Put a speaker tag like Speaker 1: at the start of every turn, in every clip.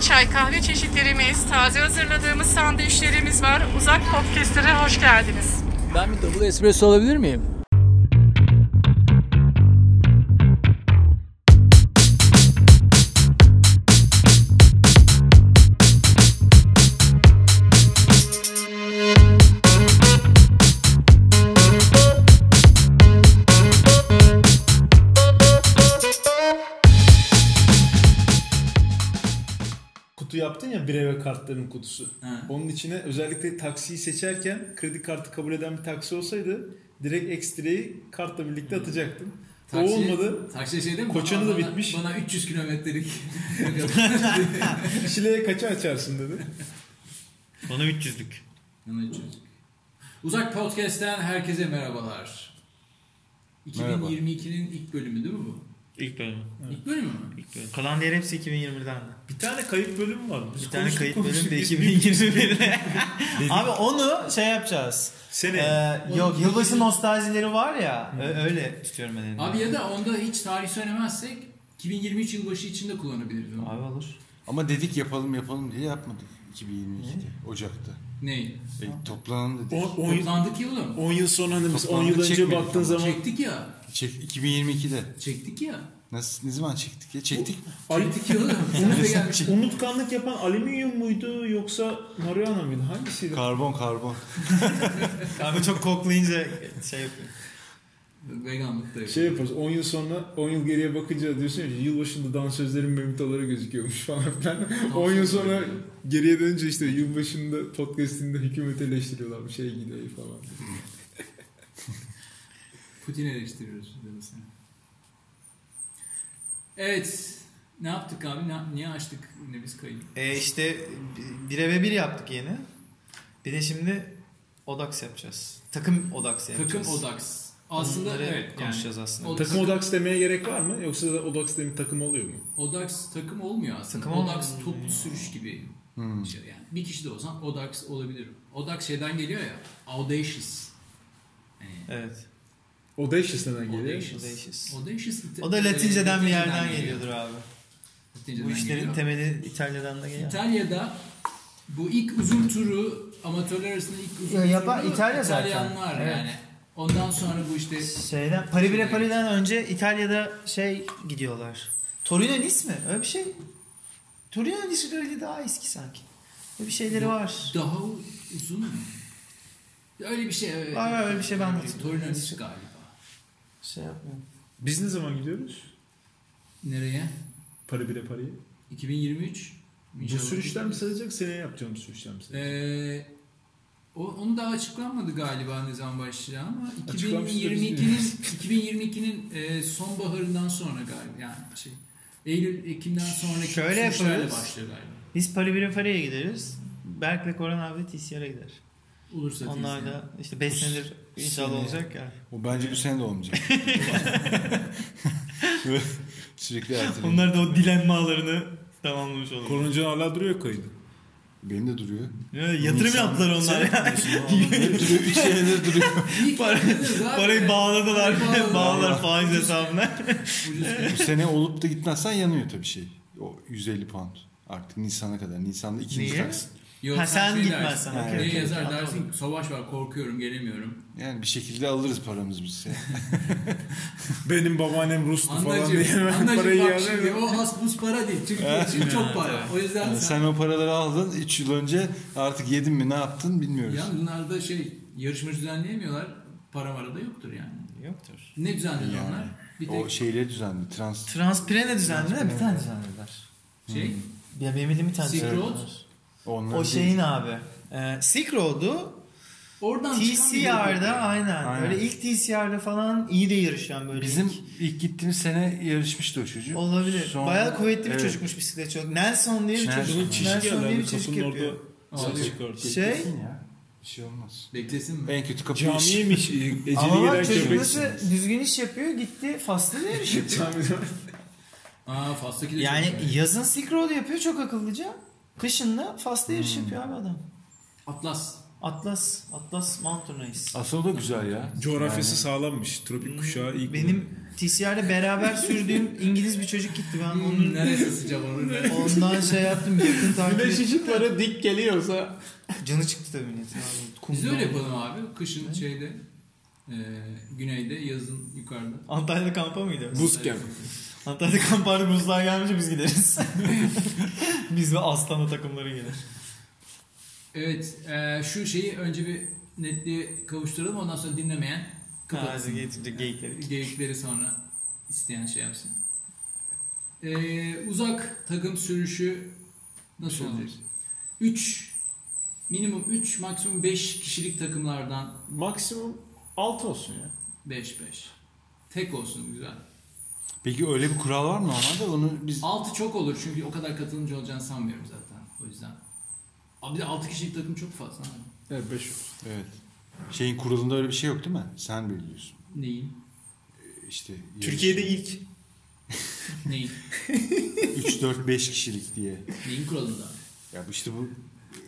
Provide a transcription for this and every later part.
Speaker 1: çay kahve çeşitlerimiz, taze hazırladığımız sandviçlerimiz var. Uzak Podcast'lere hoş geldiniz.
Speaker 2: Ben bir double espresso alabilir miyim?
Speaker 3: kutu yaptın ya bir eve kartların kutusu. Onun içine özellikle taksiyi seçerken kredi kartı kabul eden bir taksi olsaydı direkt ekstreyi kartla birlikte atacaktım.
Speaker 4: Taksi-
Speaker 3: O olmadı.
Speaker 4: Taksi şey değil mi?
Speaker 3: Koçanı da
Speaker 4: Bana-
Speaker 3: bitmiş.
Speaker 4: Bana 300 kilometrelik.
Speaker 3: Şile'ye kaça açarsın dedi.
Speaker 5: Bana 300'lük.
Speaker 4: Bana 300. Uzak Podcast'ten herkese merhabalar. 2022'nin ilk bölümü değil mi bu?
Speaker 5: İlk bölüm.
Speaker 4: İlk bölümü mü?
Speaker 5: İlk bölüm. Kalan diğer hepsi 2020'den.
Speaker 3: Bir tane kayıp bölüm var. Biz
Speaker 5: Bir tane
Speaker 3: konuştuk,
Speaker 5: kayıt
Speaker 3: konuştuk.
Speaker 5: bölüm de
Speaker 3: Biz
Speaker 5: 2021'de. Abi onu şey yapacağız.
Speaker 3: Sene.
Speaker 5: Ee, yok yılbaşı nostaljileri var ya. ö- Öyle tutuyorum ben elimi.
Speaker 4: Abi ya da onda hiç tarih söylemezsek 2023 yılbaşı içinde kullanabiliriz onu.
Speaker 5: Abi olur.
Speaker 6: Ama dedik yapalım yapalım diye yapmadık 2022'de Ocak'ta.
Speaker 4: Neyi?
Speaker 6: E, toplanalım dedik.
Speaker 3: 10
Speaker 4: Toplandık ya oğlum.
Speaker 3: 10 yıl sonra hani biz 10
Speaker 6: Toplandık,
Speaker 3: yıl önce
Speaker 6: çekmedik
Speaker 3: baktığın
Speaker 6: ama.
Speaker 3: zaman
Speaker 4: Çektik ya.
Speaker 6: Çek, 2022'de.
Speaker 4: Çektik ya.
Speaker 6: Nasıl ne zaman çektik ya? Çektik mi?
Speaker 3: Ali-
Speaker 4: Çektik ya oğlum. Sen de gelmiş.
Speaker 3: unutkanlık yapan alüminyum muydu yoksa marihuana mıydı? Hangisiydi?
Speaker 6: Karbon karbon.
Speaker 5: Abi çok koklayınca şey yapıyor.
Speaker 4: Veganlıkta yok.
Speaker 3: Şey yaparız 10 yıl sonra 10 yıl geriye bakınca diyorsun ya yılbaşında dansözlerin memitaları gözüküyormuş falan filan. 10 yıl sonra geriye dönünce işte yılbaşında podcastinde hükümeti eleştiriyorlar bir şey gidiyor falan.
Speaker 4: Putin eleştiriyoruz dedi sen. Evet. Ne yaptık abi? Ne, niye açtık ne biz kayıt?
Speaker 5: E işte bi- bir eve bir yaptık yeni. Bir de şimdi Odax yapacağız. Takım Odax
Speaker 4: Takım
Speaker 5: yapacağız.
Speaker 4: Odax. Aslında
Speaker 5: Bunları
Speaker 4: evet yani.
Speaker 5: konuşacağız aslında.
Speaker 4: O-
Speaker 3: Takım odaks demeye gerek var mı? Yoksa da odaks demin takım oluyor mu?
Speaker 4: Odax takım olmuyor aslında.
Speaker 5: Takım
Speaker 4: Odax
Speaker 5: olmuyor.
Speaker 4: toplu sürüş gibi
Speaker 6: Hmm.
Speaker 4: şey yani. Bir kişi de olsan Odax olabilir. Odax şeyden geliyor ya. Audacious. Yani
Speaker 5: Evet.
Speaker 3: Audacious neden geliyor?
Speaker 4: Audacious.
Speaker 5: Audacious.
Speaker 4: Audacious.
Speaker 5: O da Latince'den bir yerden geliyordur abi.
Speaker 4: Latinceden
Speaker 5: Bu işlerin
Speaker 4: geliyor.
Speaker 5: temeli İtalya'dan da geliyor.
Speaker 4: İtalya'da bu ilk uzun turu amatörler arasında ilk uzun
Speaker 5: Ya yapa-
Speaker 4: turu
Speaker 5: İtalya zaten.
Speaker 4: İtalyanlar
Speaker 5: Evet.
Speaker 4: yani. Ondan sonra bu işte
Speaker 5: Şeyden, Paribire Pari'den önce İtalya'da şey gidiyorlar. Torino Nice mi? Öyle bir şey. Torino Nice öyle daha eski sanki. Öyle bir şeyleri var.
Speaker 4: daha uzun mu? Öyle bir şey. Evet.
Speaker 5: Var, var, öyle bir şey ben hatırlıyorum.
Speaker 4: Torino Nice galiba.
Speaker 5: Şey yapmıyorum.
Speaker 3: Biz ne zaman gidiyoruz?
Speaker 4: Nereye?
Speaker 3: Para bire parayı.
Speaker 4: 2023.
Speaker 3: Bu
Speaker 4: İnşallah.
Speaker 3: sürüşten mi sayılacak? Seneye yapacağım sürüşten mi sayılacak?
Speaker 4: Ee, o, onu daha açıklanmadı galiba ne zaman başlayacağı ama
Speaker 3: Açıklanmıştır, biz
Speaker 4: 2022'nin 2022'nin e, sonbaharından sonra galiba yani şey Eylül Ekim'den sonraki
Speaker 5: Şöyle
Speaker 4: sürüşlerle
Speaker 5: yaparız.
Speaker 4: başlıyor galiba.
Speaker 5: Biz Paribire Pari'ye gideriz. Berk'le Koran abi TCR'a gider.
Speaker 4: Olursa
Speaker 5: Onlar
Speaker 4: teyze.
Speaker 5: da işte 5 senedir inşallah
Speaker 6: sene.
Speaker 5: olacak ya.
Speaker 6: O bence bu sene de olmayacak. Böyle Sürekli erteledim.
Speaker 5: Onlar da o dilenme ağlarını tamamlamış olur.
Speaker 3: Koruncan hala duruyor kaydı.
Speaker 6: Benim de duruyor.
Speaker 5: Ya, Yatırım
Speaker 6: İnsan-
Speaker 5: yaptılar onlar ya.
Speaker 6: Hep duruyor. Bir şeyler duruyor.
Speaker 4: İyi
Speaker 5: Para-
Speaker 4: ki zaten
Speaker 5: Parayı bağladılar.
Speaker 4: Parayı
Speaker 5: Bağlar
Speaker 4: bağladılar.
Speaker 5: faiz
Speaker 4: Ucuz-
Speaker 5: hesabına.
Speaker 4: ucuz-
Speaker 6: bu sene olup da gitmezsen yanıyor tabii şey. O 150 pound. Artık Nisan'a kadar. Nisan'da ikinci
Speaker 5: Niye?
Speaker 6: taksit.
Speaker 4: Yok,
Speaker 5: Ha, sen
Speaker 4: şey
Speaker 5: gitmezsen,
Speaker 4: dersin.
Speaker 6: okey,
Speaker 4: Neye
Speaker 5: okey,
Speaker 4: yazar
Speaker 5: okey,
Speaker 4: dersin
Speaker 5: anladım.
Speaker 4: savaş var korkuyorum gelemiyorum.
Speaker 6: Yani bir şekilde alırız paramızı biz.
Speaker 3: Benim babaannem Rus'tu falan diye
Speaker 4: Anlacığım,
Speaker 3: hemen
Speaker 4: anlacığım
Speaker 3: parayı
Speaker 4: bak
Speaker 3: yerden
Speaker 4: şimdi o has buz para değil. Türkiye için çok para. O yüzden
Speaker 6: Yani
Speaker 4: sen
Speaker 6: sen o paraları aldın 3 yıl önce artık yedin mi ne yaptın bilmiyoruz.
Speaker 4: Yalnız bunlar da şey yarışmacı düzenleyemiyorlar. Para mara da yoktur yani.
Speaker 5: Yoktur.
Speaker 4: Ne düzenledi
Speaker 6: Yani.
Speaker 4: onlar? Bir tek
Speaker 6: O şeyleri düzenli trans.
Speaker 5: Transprene düzenlediler. Bir tane düzenlediler.
Speaker 4: şey
Speaker 5: Hmm. Ya benim bildiğim bir tane
Speaker 4: Silk
Speaker 5: şey
Speaker 4: Road.
Speaker 5: var.
Speaker 6: Onlar
Speaker 5: O şeyin abi. E, Silk Road'u
Speaker 4: oradan çıkan bir
Speaker 5: TCR'da
Speaker 4: grup.
Speaker 5: aynen.
Speaker 6: Aynen.
Speaker 5: Öyle ilk TCR'da falan iyi de yarışan böyle.
Speaker 6: Bizim
Speaker 5: ilk.
Speaker 6: ilk gittiğimiz sene yarışmıştı o çocuk.
Speaker 5: Olabilir.
Speaker 6: Sonra-
Speaker 5: Bayağı kuvvetli bir
Speaker 6: Evet.
Speaker 5: çocukmuş bisiklet çocuk. Nelson diye bir
Speaker 6: Nelson.
Speaker 5: çocuk.
Speaker 3: Bunun çişi
Speaker 5: Nelson diye
Speaker 3: geldi.
Speaker 5: bir çocuk
Speaker 3: Kapının orada
Speaker 5: yapıyor.
Speaker 4: Ağlıyor.
Speaker 3: saçı çıkartıyor.
Speaker 5: Şey
Speaker 6: Beklesin ya. Bir şey olmaz.
Speaker 4: Beklesin mi?
Speaker 6: En kötü kapı
Speaker 3: Camiye
Speaker 7: şey,
Speaker 3: mi? şey, Eceli
Speaker 5: Ama
Speaker 3: gelen
Speaker 5: bak çocuk
Speaker 3: köpek.
Speaker 5: nasıl düzgün iş yapıyor gitti Faslı'da yarışıyor.
Speaker 3: Camide-
Speaker 4: Aa Fas'taki de
Speaker 5: yani
Speaker 4: çok güzel.
Speaker 5: yazın Silk Road'u yapıyor çok akıllıca. Kışın da Fas'ta yarış yapıyor abi adam.
Speaker 4: Atlas.
Speaker 5: Atlas, Atlas Mountain Race.
Speaker 6: Aslında o da güzel ya.
Speaker 4: Hmm,
Speaker 3: Coğrafyası sağlammış. Tropik kuşağı ilk.
Speaker 5: Benim TCR'de beraber sürdüğüm İngiliz bir çocuk gitti. Ben
Speaker 4: Onun
Speaker 5: onun
Speaker 4: Hmm, neresi sıcak onun neresi?
Speaker 5: ondan şey yaptım. Yakın takip
Speaker 3: Güneş
Speaker 5: ettim.
Speaker 3: ışıkları dik geliyorsa.
Speaker 5: Canı çıktı tabii milletin. abi. Kumda
Speaker 4: Biz de öyle
Speaker 5: oldu.
Speaker 4: yapalım abi. Kışın şeyde, e, güneyde, yazın yukarıda.
Speaker 5: Antalya'da kampa mı gidiyoruz?
Speaker 7: Buz kem.
Speaker 5: Antalya'da kamp vardı buzlar gelmeyince biz gideriz. biz ve Aslanlı takımları gelir.
Speaker 4: Evet, e, şu şeyi önce bir netliğe kavuşturalım. Ondan sonra dinlemeyen
Speaker 5: Kapatsın.
Speaker 4: kapatsın.
Speaker 5: Geyikleri.
Speaker 4: Geyikleri sonra isteyen şey yapsın. Ee, uzak takım sürüşü nasıl olacak? 3 minimum 3 maksimum 5 kişilik takımlardan
Speaker 3: Maksimum 6 olsun ya.
Speaker 4: 5 5. Tek olsun güzel.
Speaker 6: Peki öyle bir kural var mı normalde? Onu biz
Speaker 4: 6 çok olur çünkü o kadar katılımcı olacağını sanmıyorum zaten. O yüzden. Abi bir de 6 kişilik takım çok fazla.
Speaker 7: Evet 5 olsun.
Speaker 6: evet. Şeyin kurulunda öyle bir şey yok değil mi? Sen belirliyorsun.
Speaker 4: Neyin?
Speaker 6: İşte
Speaker 5: Türkiye'de ilk.
Speaker 4: Neyin?
Speaker 6: 3 4 5 kişilik diye.
Speaker 4: Neyin kuralında?
Speaker 6: Ya bu işte bu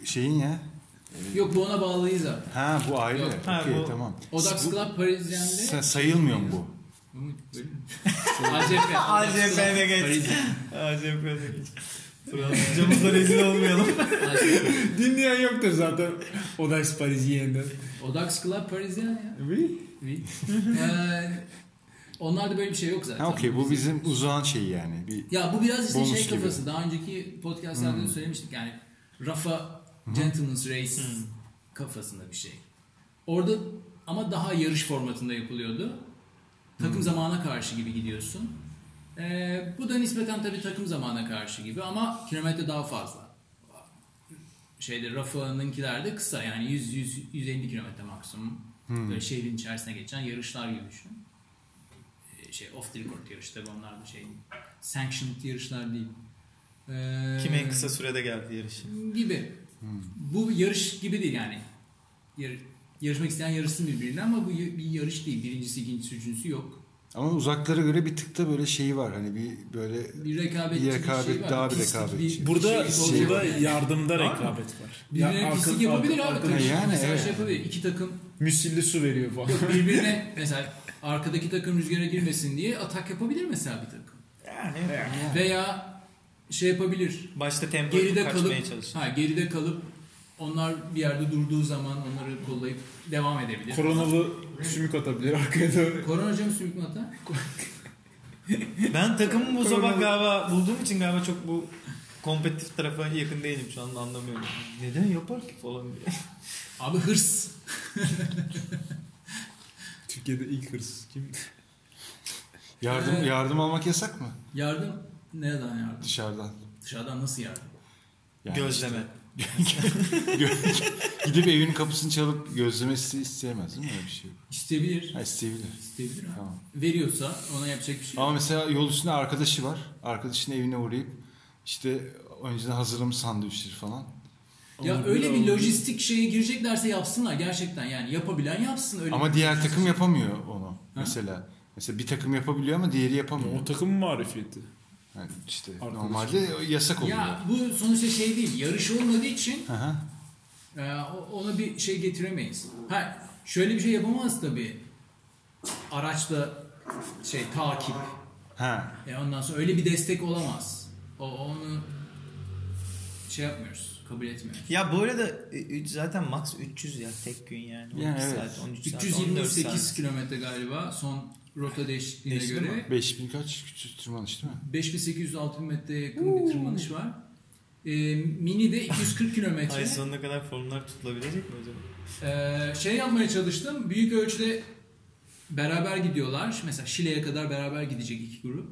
Speaker 6: şeyin ya.
Speaker 4: Yok bu ona bağlıyız zaten.
Speaker 6: Ha bu ayrı.
Speaker 4: Yok.
Speaker 5: Ha,
Speaker 6: Okey
Speaker 5: bu-
Speaker 6: tamam.
Speaker 4: Odax
Speaker 6: Bu-
Speaker 4: Club Parisyen'de
Speaker 6: Sa- sayılmıyor mu bu?
Speaker 4: Ama böyle mi? ACP.
Speaker 5: ACP'de geç.
Speaker 4: Paris-
Speaker 5: ACP'de geç. şey Hocamızla rezil olmayalım.
Speaker 4: ACP.
Speaker 7: Dinleyen yoktur zaten. Odax Paris'iyen'den.
Speaker 4: Odax Club Parisien ya.
Speaker 7: Really?
Speaker 4: Oui. Ee, onlarda böyle bir şey yok zaten.
Speaker 6: Ha okey bu bizim uzağın şeyi yani. Bir
Speaker 4: Ya bu biraz işte
Speaker 6: Bonus
Speaker 4: şey
Speaker 6: gibi. Hmm.
Speaker 4: kafası. Daha önceki podcastlarda da söylemiştik yani. Rafa Gentleman's Race kafasında bir şey. Orada ama daha yarış formatında yapılıyordu. Takım
Speaker 6: Hmm.
Speaker 4: zamana karşı gibi gidiyorsun. Ee, bu da nispeten tabii takım zamana karşı gibi ama kilometre daha fazla. Şeyde Rafa'nınkiler de kısa yani 100 100 150 kilometre maksimum.
Speaker 6: Hmm.
Speaker 4: Böyle şehrin içerisine geçen yarışlar gibi düşün. Ee, şey off the record yarışları onlar da şey sanctioned yarışlar değil. Ee,
Speaker 5: Kim en kısa sürede geldi yarışı?
Speaker 4: gibi.
Speaker 6: Hmm.
Speaker 4: Bu yarış gibi değil yani. Yar- yarışmak isteyen yarışsın birbirine ama bu y- bir yarış değil. Birincisi, ikincisi, üçüncüsü yok.
Speaker 6: ama uzaklara göre bir tıkta böyle şeyi var. Hani bir böyle
Speaker 4: Bir rekabetçi
Speaker 6: Bir
Speaker 4: bir,
Speaker 6: rekabet,
Speaker 4: şey var.
Speaker 6: daha bir
Speaker 4: Pislik
Speaker 6: rekabetçi.
Speaker 3: Burada,
Speaker 4: şey
Speaker 3: burada
Speaker 4: var.
Speaker 3: yardımda rekabet var.
Speaker 4: Birbirine
Speaker 7: Ya
Speaker 4: pislik
Speaker 7: arka-
Speaker 4: yapabilir
Speaker 7: arka-
Speaker 4: abi.
Speaker 7: arka-
Speaker 4: Karışık
Speaker 6: Yani
Speaker 4: mesela
Speaker 6: evet.
Speaker 4: şey yapabilir. İki takım
Speaker 7: Müsilli su veriyor falan.
Speaker 4: yok birbirine mesela arkadaki takım rüzgara girmesin diye atak yapabilir mesela bir takım.
Speaker 5: Yani.
Speaker 4: Veya şey yapabilir.
Speaker 5: Başta tempo
Speaker 4: Geride
Speaker 5: kaçmaya
Speaker 4: kalıp
Speaker 5: çalışın.
Speaker 4: ha geride kalıp onlar bir yerde durduğu zaman onları kollayıp devam edebilir.
Speaker 7: Koronalı sümük atabilir arkaya da.
Speaker 4: Korona hocam sümük nota.
Speaker 5: Ben takımı bu sabah galiba bulduğum için galiba çok bu kompetitif tarafa yakın değilim şu anda anlamıyorum. Neden yapar ki falan diye.
Speaker 4: Abi hırs.
Speaker 7: Türkiye'de ilk hırsız kim?
Speaker 6: yardım
Speaker 4: Ee,
Speaker 6: yardım almak yasak mı
Speaker 4: Yardım nereden yardım?
Speaker 6: dışarıdan?
Speaker 4: Dışarıdan nasıl yardım?
Speaker 6: Yani
Speaker 5: Gözleme.
Speaker 6: Gidip evinin kapısını çalıp gözlemesi isteyemez değil mi öyle bir şey? yok.
Speaker 4: İsteyebilir.
Speaker 6: Ha isteyebilir.
Speaker 4: İsteyebilir abi.
Speaker 6: Tamam.
Speaker 4: Veriyorsa ona yapacak bir şey yok.
Speaker 6: Ama mesela yol üstünde arkadaşı var. Arkadaşının evine uğrayıp işte önceden hazırlamış sandviçleri falan.
Speaker 4: Ya
Speaker 7: Ama
Speaker 4: öyle bir
Speaker 7: bir-
Speaker 4: lojistik şeye gireceklerse yapsınlar gerçekten yani yapabilen yapsın öyle.
Speaker 6: Ama
Speaker 4: bir-
Speaker 6: diğer takım yapamıyor onu. Mesela mesela bir takım yapabiliyor ama diğeri yapamıyor.
Speaker 3: O takım marifeti.
Speaker 6: Yani işte
Speaker 7: Arkadaşı.
Speaker 6: normalde yasak oluyor.
Speaker 4: Ya bu sonuçta şey değil. Yarış olmadığı için
Speaker 6: Hı hı.
Speaker 4: e, o- ona bir şey getiremeyiz. Ha şöyle bir şey yapamaz tabii. Araçla şey takip.
Speaker 6: Ha.
Speaker 4: E ondan sonra öyle bir destek olamaz. O onu şey yapmıyoruz. Kabul etmiyoruz.
Speaker 5: Ya bu arada e, üç- zaten max 300 ya tek gün yani. 12
Speaker 6: Yani evet.
Speaker 5: saat, 13 saat, 14
Speaker 4: 328
Speaker 5: saat.
Speaker 4: kilometre galiba son rota değişikliğine
Speaker 5: Değişti
Speaker 4: göre.
Speaker 5: mi?
Speaker 6: 5000 kaç küçük tırmanış değil mi?
Speaker 4: 5800-6000 metreye yakın bir tırmanış var. Ee, mini de 240 kilometre.
Speaker 5: Ay sonuna kadar formlar tutulabilecek mi acaba?
Speaker 4: Ee, şey yapmaya çalıştım. Büyük ölçüde beraber gidiyorlar. Mesela Şile'ye kadar beraber gidecek iki grup.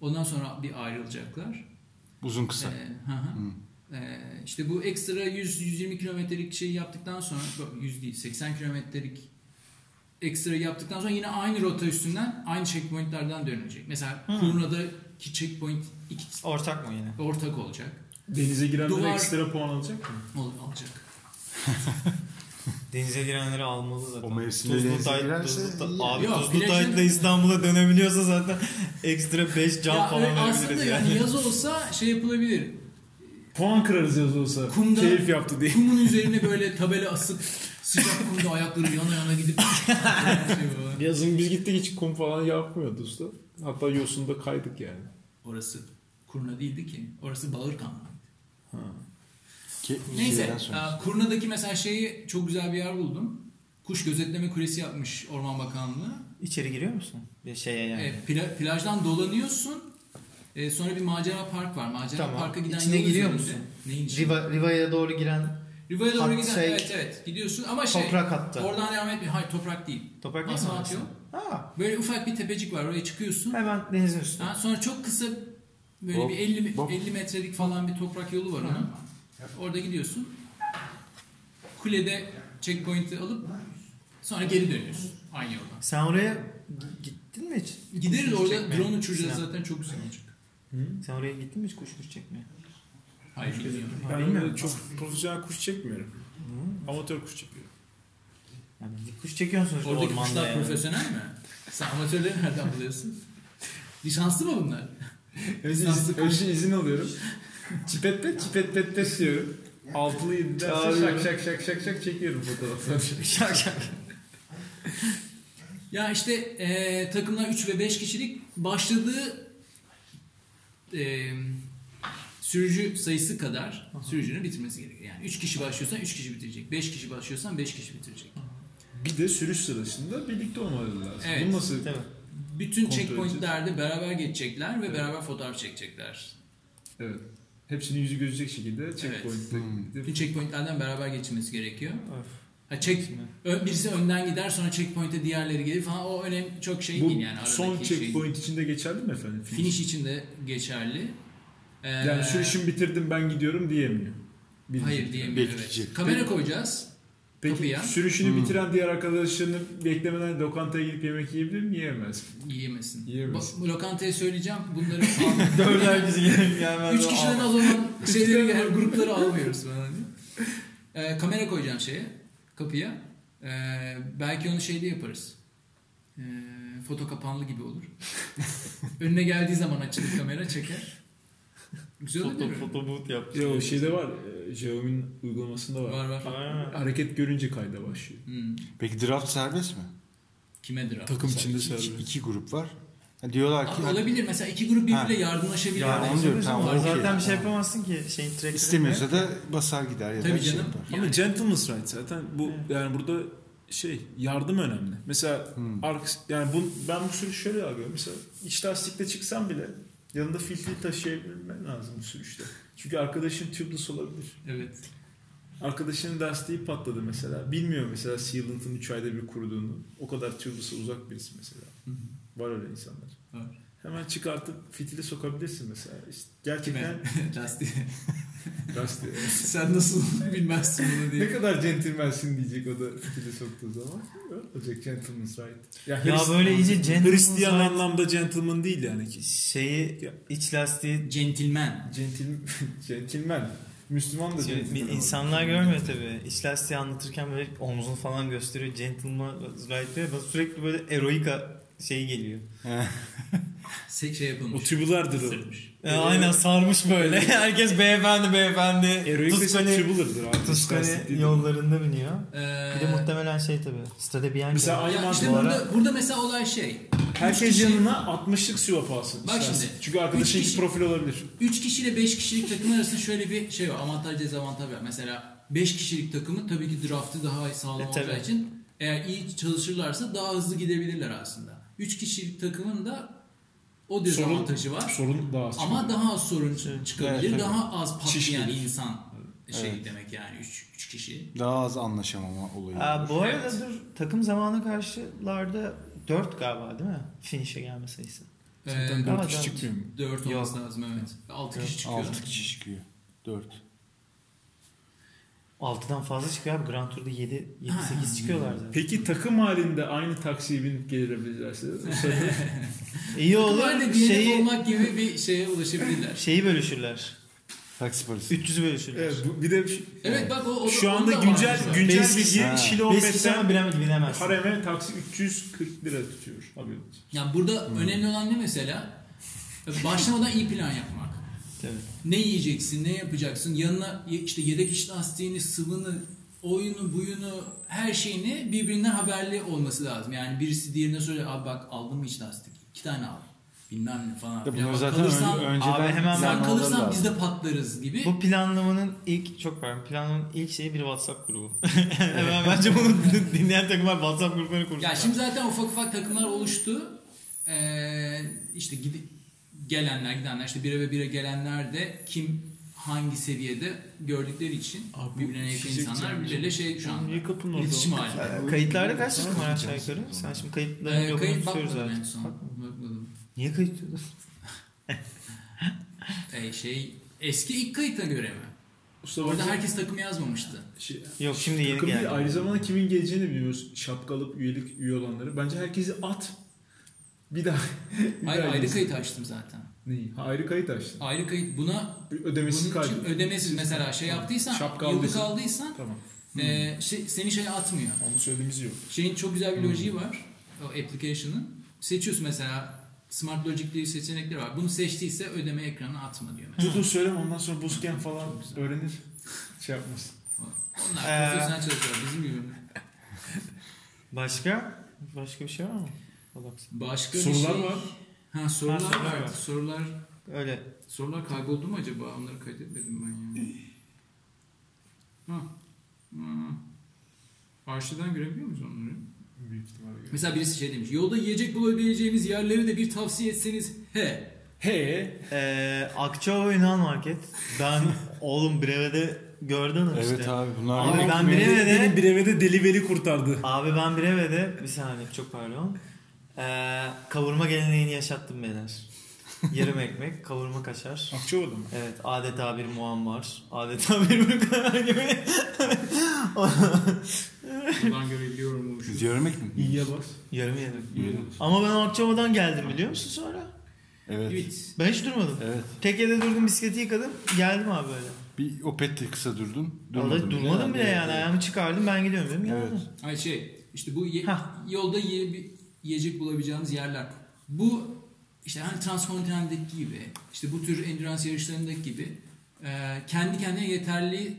Speaker 4: Ondan sonra bir ayrılacaklar.
Speaker 6: Uzun kısa.
Speaker 4: Ee, hı hı. Ee, işte bu ekstra 100-120 kilometrelik şeyi yaptıktan sonra yok, 100 değil 80 kilometrelik ekstra yaptıktan sonra yine aynı rota üstünden aynı checkpointlerden dönülecek. Mesela Kurna'daki checkpoint iki
Speaker 5: Ortak mı yine?
Speaker 4: ortak olacak.
Speaker 7: Denize girenler
Speaker 4: Duvar-
Speaker 7: ekstra puan alacak mı?
Speaker 4: Ol- Olacak.
Speaker 5: Denize girenleri almalı zaten.
Speaker 6: O mevsimde
Speaker 5: Tuzlu
Speaker 6: denize
Speaker 5: tayt-
Speaker 6: girerse
Speaker 5: tuzlu ta-
Speaker 6: iyi.
Speaker 5: Abi
Speaker 4: Yok,
Speaker 5: tuzlu
Speaker 4: plajın-
Speaker 5: taytla İstanbul'a dönebiliyorsa zaten ekstra 5 can
Speaker 4: Ya,
Speaker 5: falan
Speaker 4: e,
Speaker 5: verebiliriz
Speaker 4: aslında
Speaker 5: yani.
Speaker 4: yani yaz olsa şey yapılabilir.
Speaker 7: Puan kırarız yaz olsa.
Speaker 4: Kumda-
Speaker 7: Keyif yaptı diye.
Speaker 4: Kumun üzerine böyle tabela asıp sıcak kumda ayakları yana yana gidip
Speaker 3: Yazın biz gittik hiç kum falan yapmıyordu usta. Hatta yosunda kaydık yani.
Speaker 4: Orası kurna değildi ki. Orası Bağırkan.
Speaker 6: Ke-
Speaker 4: Neyse,
Speaker 6: şeyden sonra.
Speaker 4: e, Kurna'daki mesela şeyi çok güzel bir yer buldum. Kuş gözetleme kulesi yapmış Orman Bakanlığı.
Speaker 5: İçeri giriyor musun? Bir şeye yani.
Speaker 4: E, pla- plajdan dolanıyorsun. E, sonra bir macera park var. Macera
Speaker 5: Tamam.
Speaker 4: parka giden
Speaker 5: İçine
Speaker 4: yol
Speaker 5: giriyor
Speaker 4: üzerinde.
Speaker 5: musun?
Speaker 4: Neyin içine?
Speaker 5: Riva, Riva'ya doğru giren
Speaker 4: Riva'ya doğru
Speaker 5: Hat-
Speaker 4: giden.
Speaker 5: şey-
Speaker 4: evet evet gidiyorsun ama şey.
Speaker 5: Toprak hattı.
Speaker 4: Oradan devam etmiyor. Hayır toprak değil.
Speaker 5: toprak
Speaker 4: Asma
Speaker 5: mı?
Speaker 4: atıyor.
Speaker 5: Ha,
Speaker 4: Böyle ufak bir tepecik var. Oraya çıkıyorsun.
Speaker 5: hemen denizin üstüne.
Speaker 4: Ha, sonra çok kısa böyle
Speaker 6: Bop,
Speaker 4: bir 50, me-
Speaker 6: bop.
Speaker 4: 50 metrelik falan bir toprak yolu var onun. Orada gidiyorsun. Kulede checkpoint'i alıp sonra geri dönüyorsun aynı yoldan.
Speaker 5: Sen oraya g- gittin mi hiç?
Speaker 4: Gideriz
Speaker 5: Kuş
Speaker 4: orada
Speaker 5: çekmeye.
Speaker 4: drone uçuracağız
Speaker 5: Sinan.
Speaker 4: zaten çok güzel olacak.
Speaker 5: Sen oraya gittin mi hiç kuş kuş çekmeye?
Speaker 4: Hayır bilmiyorum.
Speaker 3: Ben
Speaker 5: bilmiyorum.
Speaker 3: öyle çok profesyonel kuş çekmiyorum. Amatör kuş çekiyorum.
Speaker 5: Yani kuş çekiyorsun sonuçta
Speaker 4: Oradaki
Speaker 5: ormanda
Speaker 4: kuşlar
Speaker 5: yani.
Speaker 4: profesyonel mi? Sen amatörleri nereden buluyorsun? Lisanslı mı bunlar?
Speaker 7: Önce izin, önce izin alıyorum. Çipet pet çipet pet pet diyorum. Altılı yedi derse şak şak şak şak şak çekiyorum fotoğrafları.
Speaker 5: Şak şak.
Speaker 4: Ya işte eee, takımlar 3 ve 5 kişilik başladığı eee, sürücü sayısı kadar sürücünün bitirmesi gerekiyor. Yani 3 kişi başlıyorsan 3 kişi bitirecek. 5 kişi başlıyorsan 5 kişi bitirecek.
Speaker 7: Bir de sürüş sırasında birlikte olmaları lazım.
Speaker 4: Evet.
Speaker 7: Bu nasıl?
Speaker 5: Tabii.
Speaker 4: Bütün
Speaker 7: Kontrol
Speaker 4: checkpointlerde beraber geçecekler ve beraber fotoğraf çekecekler.
Speaker 7: Evet. Hepsini yüzü gözecek şekilde checkpoint'te.
Speaker 4: Bütün checkpointlerden beraber geçilmesi gerekiyor.
Speaker 5: Öf.
Speaker 4: Ha check ö- birisi önden gider sonra checkpoint'e diğerleri gelir falan o önemli çok şey
Speaker 7: Bu
Speaker 4: değil yani aradaki
Speaker 7: son
Speaker 4: şey.
Speaker 7: checkpoint için de geçerli mi efendim?
Speaker 4: Finish için de geçerli. Ee,
Speaker 7: Yani sürüşümü bitirdim ben gidiyorum diyemiyor. Birinci.
Speaker 4: Hayır diyemiyor.
Speaker 6: Belirtici.
Speaker 4: Evet. Kamera koyacağız.
Speaker 7: Peki
Speaker 4: kapıya.
Speaker 7: sürüşünü
Speaker 3: Hmm.
Speaker 7: bitiren diğer arkadaşlarını beklemeden lokantaya gidip yemek yiyebilir mi? Yiyemez.
Speaker 4: Yiyemesin.
Speaker 7: Yiyemesin.
Speaker 4: Bak, lokantaya söyleyeceğim bunları almayın.
Speaker 5: Dörder bizi gelip gelmez.
Speaker 4: Üç kişiden az olan şeyleri yani grupları almıyoruz falan diye. Ee, kamera koyacağım şeye, kapıya. Ee, belki onu şeyde yaparız. Ee, foto kapanlı gibi olur. Önüne geldiği zaman açılır kamera çeker. Güzel olur
Speaker 5: Foto,
Speaker 4: değil mi?
Speaker 5: foto boot yaptı.
Speaker 7: Yo
Speaker 3: şey-
Speaker 7: şeyde var. e, Xiaomi'nin uygulamasında var.
Speaker 4: Var var.
Speaker 5: Ha.
Speaker 7: Hareket görünce kayda başlıyor.
Speaker 4: Hmm.
Speaker 6: Peki draft serbest mi?
Speaker 4: Kime draft?
Speaker 3: Takım içinde
Speaker 6: İki-
Speaker 3: serbest.
Speaker 6: İki grup var. Ha, diyorlar ki
Speaker 4: Abi olabilir mesela iki grup
Speaker 6: Ha.
Speaker 4: birbiriyle yardımlaşabilir.
Speaker 5: Ya
Speaker 6: onu
Speaker 4: Yani.
Speaker 5: onu
Speaker 6: diyorum, tamam,
Speaker 5: Zaten
Speaker 6: okey.
Speaker 5: bir şey yapamazsın ki şeyin track'ini.
Speaker 6: istemiyorsa da basar gider ya da
Speaker 4: Tabii
Speaker 6: şey
Speaker 4: canım.
Speaker 6: yapar.
Speaker 3: Ama
Speaker 4: Yani.
Speaker 3: gentleman's right zaten bu yani burada şey yardım önemli. Mesela
Speaker 6: Hmm.
Speaker 3: ark- yani bu, ben bu sürüşü şöyle yapıyorum. Mesela iç lastikle çıksam bile yanında filtreyi taşıyabilmen lazım bu sürüşte. Çünkü arkadaşın tubeless olabilir.
Speaker 4: Evet.
Speaker 3: Arkadaşının lastiği patladı mesela. Bilmiyor mesela Sealant'ın 3 ayda bir kuruduğunu. O kadar tubeless'a uzak birisi mesela. Var öyle insanlar.
Speaker 4: Var.
Speaker 3: Hemen çıkartıp fitili sokabilirsin mesela. İşte gerçekten
Speaker 4: Lastiği.
Speaker 7: Lastiği.
Speaker 4: Sen nasıl bilmezsin bunu diye.
Speaker 7: ne kadar centilmensin diyecek o da fikri soktuğu zaman. Öyle olacak gentleman's right. Ya,
Speaker 5: Ya
Speaker 3: Hrist-
Speaker 5: böyle iyice gentleman's
Speaker 3: Hristiyan
Speaker 5: right
Speaker 3: anlamda gentleman değil yani ki.
Speaker 5: şeyi
Speaker 3: Ya.
Speaker 5: iç lastiği
Speaker 4: Centilmen.
Speaker 7: centil, centilmen. Müslüman da
Speaker 5: Şey, bir
Speaker 7: centilmen.
Speaker 5: insanlar görmüyor tabii. İç lastiği anlatırken böyle omzunu falan gösteriyor. Gentleman right diyor. Bana sürekli böyle eroika şeyi geliyor.
Speaker 4: Se- şey
Speaker 3: O
Speaker 4: yapılmış.
Speaker 3: tubulardır o.
Speaker 4: Sırmış.
Speaker 5: Ya aynen sarmış böyle. Herkes beyefendi beyefendi.
Speaker 3: Eroik mesela
Speaker 5: Tuscany,
Speaker 3: tubulardır abi. Lastik
Speaker 5: Tuscany
Speaker 3: değil.
Speaker 5: yollarında biniyor.
Speaker 4: Ee,
Speaker 5: Bir de muhtemelen şey tabii. Stade Bianchi.
Speaker 3: Mesela
Speaker 5: var.
Speaker 4: ya
Speaker 3: Alman
Speaker 4: işte
Speaker 3: bu
Speaker 4: burada,
Speaker 3: ara-
Speaker 4: burada mesela olay şey.
Speaker 3: Herkes
Speaker 4: Üç kişi-
Speaker 3: yanına 60'lık sivap alsın.
Speaker 4: Bak
Speaker 3: istersen.
Speaker 4: şimdi,
Speaker 3: Çünkü arkadaşın
Speaker 4: üç
Speaker 3: iki
Speaker 4: kişi-
Speaker 3: profil olabilir.
Speaker 4: 3 kişiyle 5 kişilik takım arasında şöyle bir şey var. Avantaj dezavantaj var. Mesela 5 kişilik takımın tabii ki draftı daha sağlam
Speaker 5: E, tabii.
Speaker 4: olacağı için eğer iyi çalışırlarsa daha hızlı gidebilirler aslında. 3 kişilik takımın da o dezavantajı var.
Speaker 7: Sorun daha az.
Speaker 4: Ama daha az sorun çıkabilir.
Speaker 6: Evet, tabii.
Speaker 4: daha az patlayan
Speaker 6: Şişkidir.
Speaker 4: insan şey demek yani 3 kişi.
Speaker 6: Daha az anlaşamama olayı.
Speaker 5: Aa, bu arada
Speaker 4: Evet.
Speaker 5: dur takım zamanı karşılarda 4 galiba değil mi? Finish'e gelme sayısı.
Speaker 4: Zaten
Speaker 5: Ama
Speaker 7: Hiç
Speaker 5: dört.
Speaker 7: çıkmıyor mu?
Speaker 4: 4 olması lazım evet. 6 kişi çıkıyor.
Speaker 6: 6 kişi çıkıyor. 4.
Speaker 5: 6'dan fazla çıkıyor abi. Grand Tour'da 7 7 8 çıkıyorlar zaten.
Speaker 7: Peki takım halinde aynı taksiye binip gelebilirlerse o sırada
Speaker 5: İyi
Speaker 4: Bunlar da
Speaker 5: olur.
Speaker 4: DNF
Speaker 5: Şeyi
Speaker 4: olmak gibi bir şeye ulaşabilirler.
Speaker 5: şeyi bölüşürler.
Speaker 6: Taksi parası.
Speaker 5: 300'ü bölüşürler.
Speaker 7: evet, bu, bir de şu-
Speaker 4: Evet bak o, o
Speaker 3: Şu anda
Speaker 4: onda var
Speaker 3: güncel
Speaker 4: mesela.
Speaker 3: güncel
Speaker 5: Beş kişi-
Speaker 3: bilgi
Speaker 6: Ha.
Speaker 3: Şile
Speaker 5: 5 kişi ama
Speaker 3: 15'ten
Speaker 5: bilemedi bilemezsin.
Speaker 7: hareme taksi 340 lira tutuyor. Abi.
Speaker 6: Hmm.
Speaker 4: Yani burada önemli olan ne mesela? Başlamadan iyi plan yapmak.
Speaker 5: Tabii.
Speaker 4: Ne yiyeceksin, ne yapacaksın? Yanına ye- işte yedek iç lastiğini, sıvını, oyunu, buyunu, her şeyini birbirinden haberli olması lazım. Yani birisi diğerine soruyor, abi bak aldın mı iç lastik? İki tane al. Bilmem ne falan.
Speaker 6: Ya
Speaker 4: filan.
Speaker 6: bunları
Speaker 4: Bak
Speaker 6: zaten
Speaker 4: kalırsan,
Speaker 6: ön- önceden
Speaker 5: Abi hemen ben
Speaker 4: sen
Speaker 6: planlamaları
Speaker 4: kalırsan
Speaker 6: lazım.
Speaker 4: biz de patlarız gibi.
Speaker 5: Bu planlamanın ilk çok pardon planlamanın ilk şeyi bir WhatsApp grubu. Hemen bence bunu dinleyen takımlar WhatsApp grupları kursunlar.
Speaker 4: Ya şimdi zaten ufak ufak takımlar oluştu. Ee, işte gidip gelenler gidenler işte bire ve bire gelenler de kim hangi seviyede gördükleri için
Speaker 3: Abi bu
Speaker 4: birbirine yakın
Speaker 3: çiçek
Speaker 4: insanlar
Speaker 3: canım.
Speaker 4: birbirleriyle şey şu an
Speaker 3: Niye kapının orada?
Speaker 4: iletişim halinde.
Speaker 5: Ee, kayıtlarda kaç takım var aşağı yukarı? Sen şimdi kayıtların
Speaker 4: Ee,
Speaker 5: yolunu
Speaker 4: kayıt
Speaker 5: tutuyoruz
Speaker 4: bakmadım
Speaker 5: zaten.
Speaker 4: en son. Bakmadım.
Speaker 5: Niye kayıt tutuyordun?
Speaker 4: Ee, şey eski ilk kayıta göre mi?
Speaker 3: Usta
Speaker 4: Orada
Speaker 3: bak-
Speaker 4: herkes takım yazmamıştı.
Speaker 3: Şey,
Speaker 5: Yok şimdi yeni
Speaker 3: takım
Speaker 5: geldi.
Speaker 3: değil, ayrı zamanda kimin geleceğini bilmiyoruz. Şapkalıp üyelik üye olanları. Bence herkesi at. Bir daha. bir
Speaker 4: Hayır
Speaker 3: daha
Speaker 4: ayrı
Speaker 3: gelsin.
Speaker 4: kayıt açtım zaten.
Speaker 3: Neyi? Ha, ayrı kayıt açtın.
Speaker 4: Ayrı kayıt buna
Speaker 3: Ödemesiz
Speaker 4: bunun için
Speaker 3: kaydı.
Speaker 4: ödemesiz mesela şey yaptıysan,
Speaker 3: Şapka
Speaker 4: yıllık
Speaker 3: aldıysan. Hmm.
Speaker 4: aldıysan
Speaker 3: Tamam.
Speaker 4: ee, şey, seni şey atmıyor.
Speaker 3: Onu söylediğimiz yok.
Speaker 4: Şeyin çok güzel bir
Speaker 5: Hmm.
Speaker 4: lojiği var. O application'ın. Seçiyorsun mesela Smart Logic diye seçenekleri var. Bunu seçtiyse ödeme ekranına atma diyor mesela.
Speaker 3: Dur dur söyleme ondan sonra buzken falan öğrenir. Şey yapmasın.
Speaker 4: Onlar
Speaker 5: Ee,
Speaker 4: profesyonel çalışıyorlar bizim gibi.
Speaker 5: Başka? Başka bir şey var mı? Allah bilir.
Speaker 4: Başka
Speaker 3: Sorular
Speaker 4: bir şey...
Speaker 3: var.
Speaker 4: Ha sorular
Speaker 5: Ha, sorular
Speaker 4: vardı.
Speaker 5: var.
Speaker 4: Sorular
Speaker 5: Öyle.
Speaker 4: sorular kayboldu mu acaba? Onları kaydetmedim ben ya. ha. ha. Arşivden görebiliyor muyuz onları?
Speaker 3: Büyük ihtimalle göre.
Speaker 4: Mesela birisi şey demiş. Yolda yiyecek bulabileceğimiz yerleri de bir tavsiye etseniz. He.
Speaker 3: He.
Speaker 5: Ee, Akçaova Yunan Market. Ben oğlum Breve'de gördün
Speaker 6: Evet
Speaker 5: işte.
Speaker 6: abi bunlar
Speaker 5: Abi
Speaker 6: yemek
Speaker 5: ben
Speaker 6: mi?
Speaker 5: Breve'de
Speaker 3: Breve'de deli veli kurtardı.
Speaker 5: Abi ben Breve'de bir saniye çok pardon. Ee, kavurma geleneğini yaşattım beyler. Yarım ekmek, kavurma kaşar.
Speaker 3: Akçova'da mı?
Speaker 5: Evet adeta bir muamvar. Adeta bir mukar gibi.
Speaker 4: Buradan görebiliyorum.
Speaker 6: Biz yemek mi?
Speaker 3: İyiye bas.
Speaker 5: Yarım yedim. Ama ben Akçama'dan geldim biliyor musun sonra?
Speaker 6: Evet.
Speaker 4: Evet.
Speaker 5: Ben hiç durmadım.
Speaker 6: Evet.
Speaker 5: Tekede durdum bisikleti yıkadım. Geldim abi böyle.
Speaker 6: Bir o pette kısa durdun.
Speaker 5: Orada durmadım bile yani.
Speaker 6: Evet.
Speaker 5: Ayağımı çıkardım ben gidiyorum dedim.
Speaker 6: Evet.
Speaker 5: geldim.
Speaker 4: Ay şey işte bu ye-
Speaker 5: Hah.
Speaker 4: yolda ye- yiyecek bulabileceğimiz yerler. Bu işte hani transkontinentdeki gibi işte bu tür endurance yarışlarındaki gibi e, kendi kendine yeterli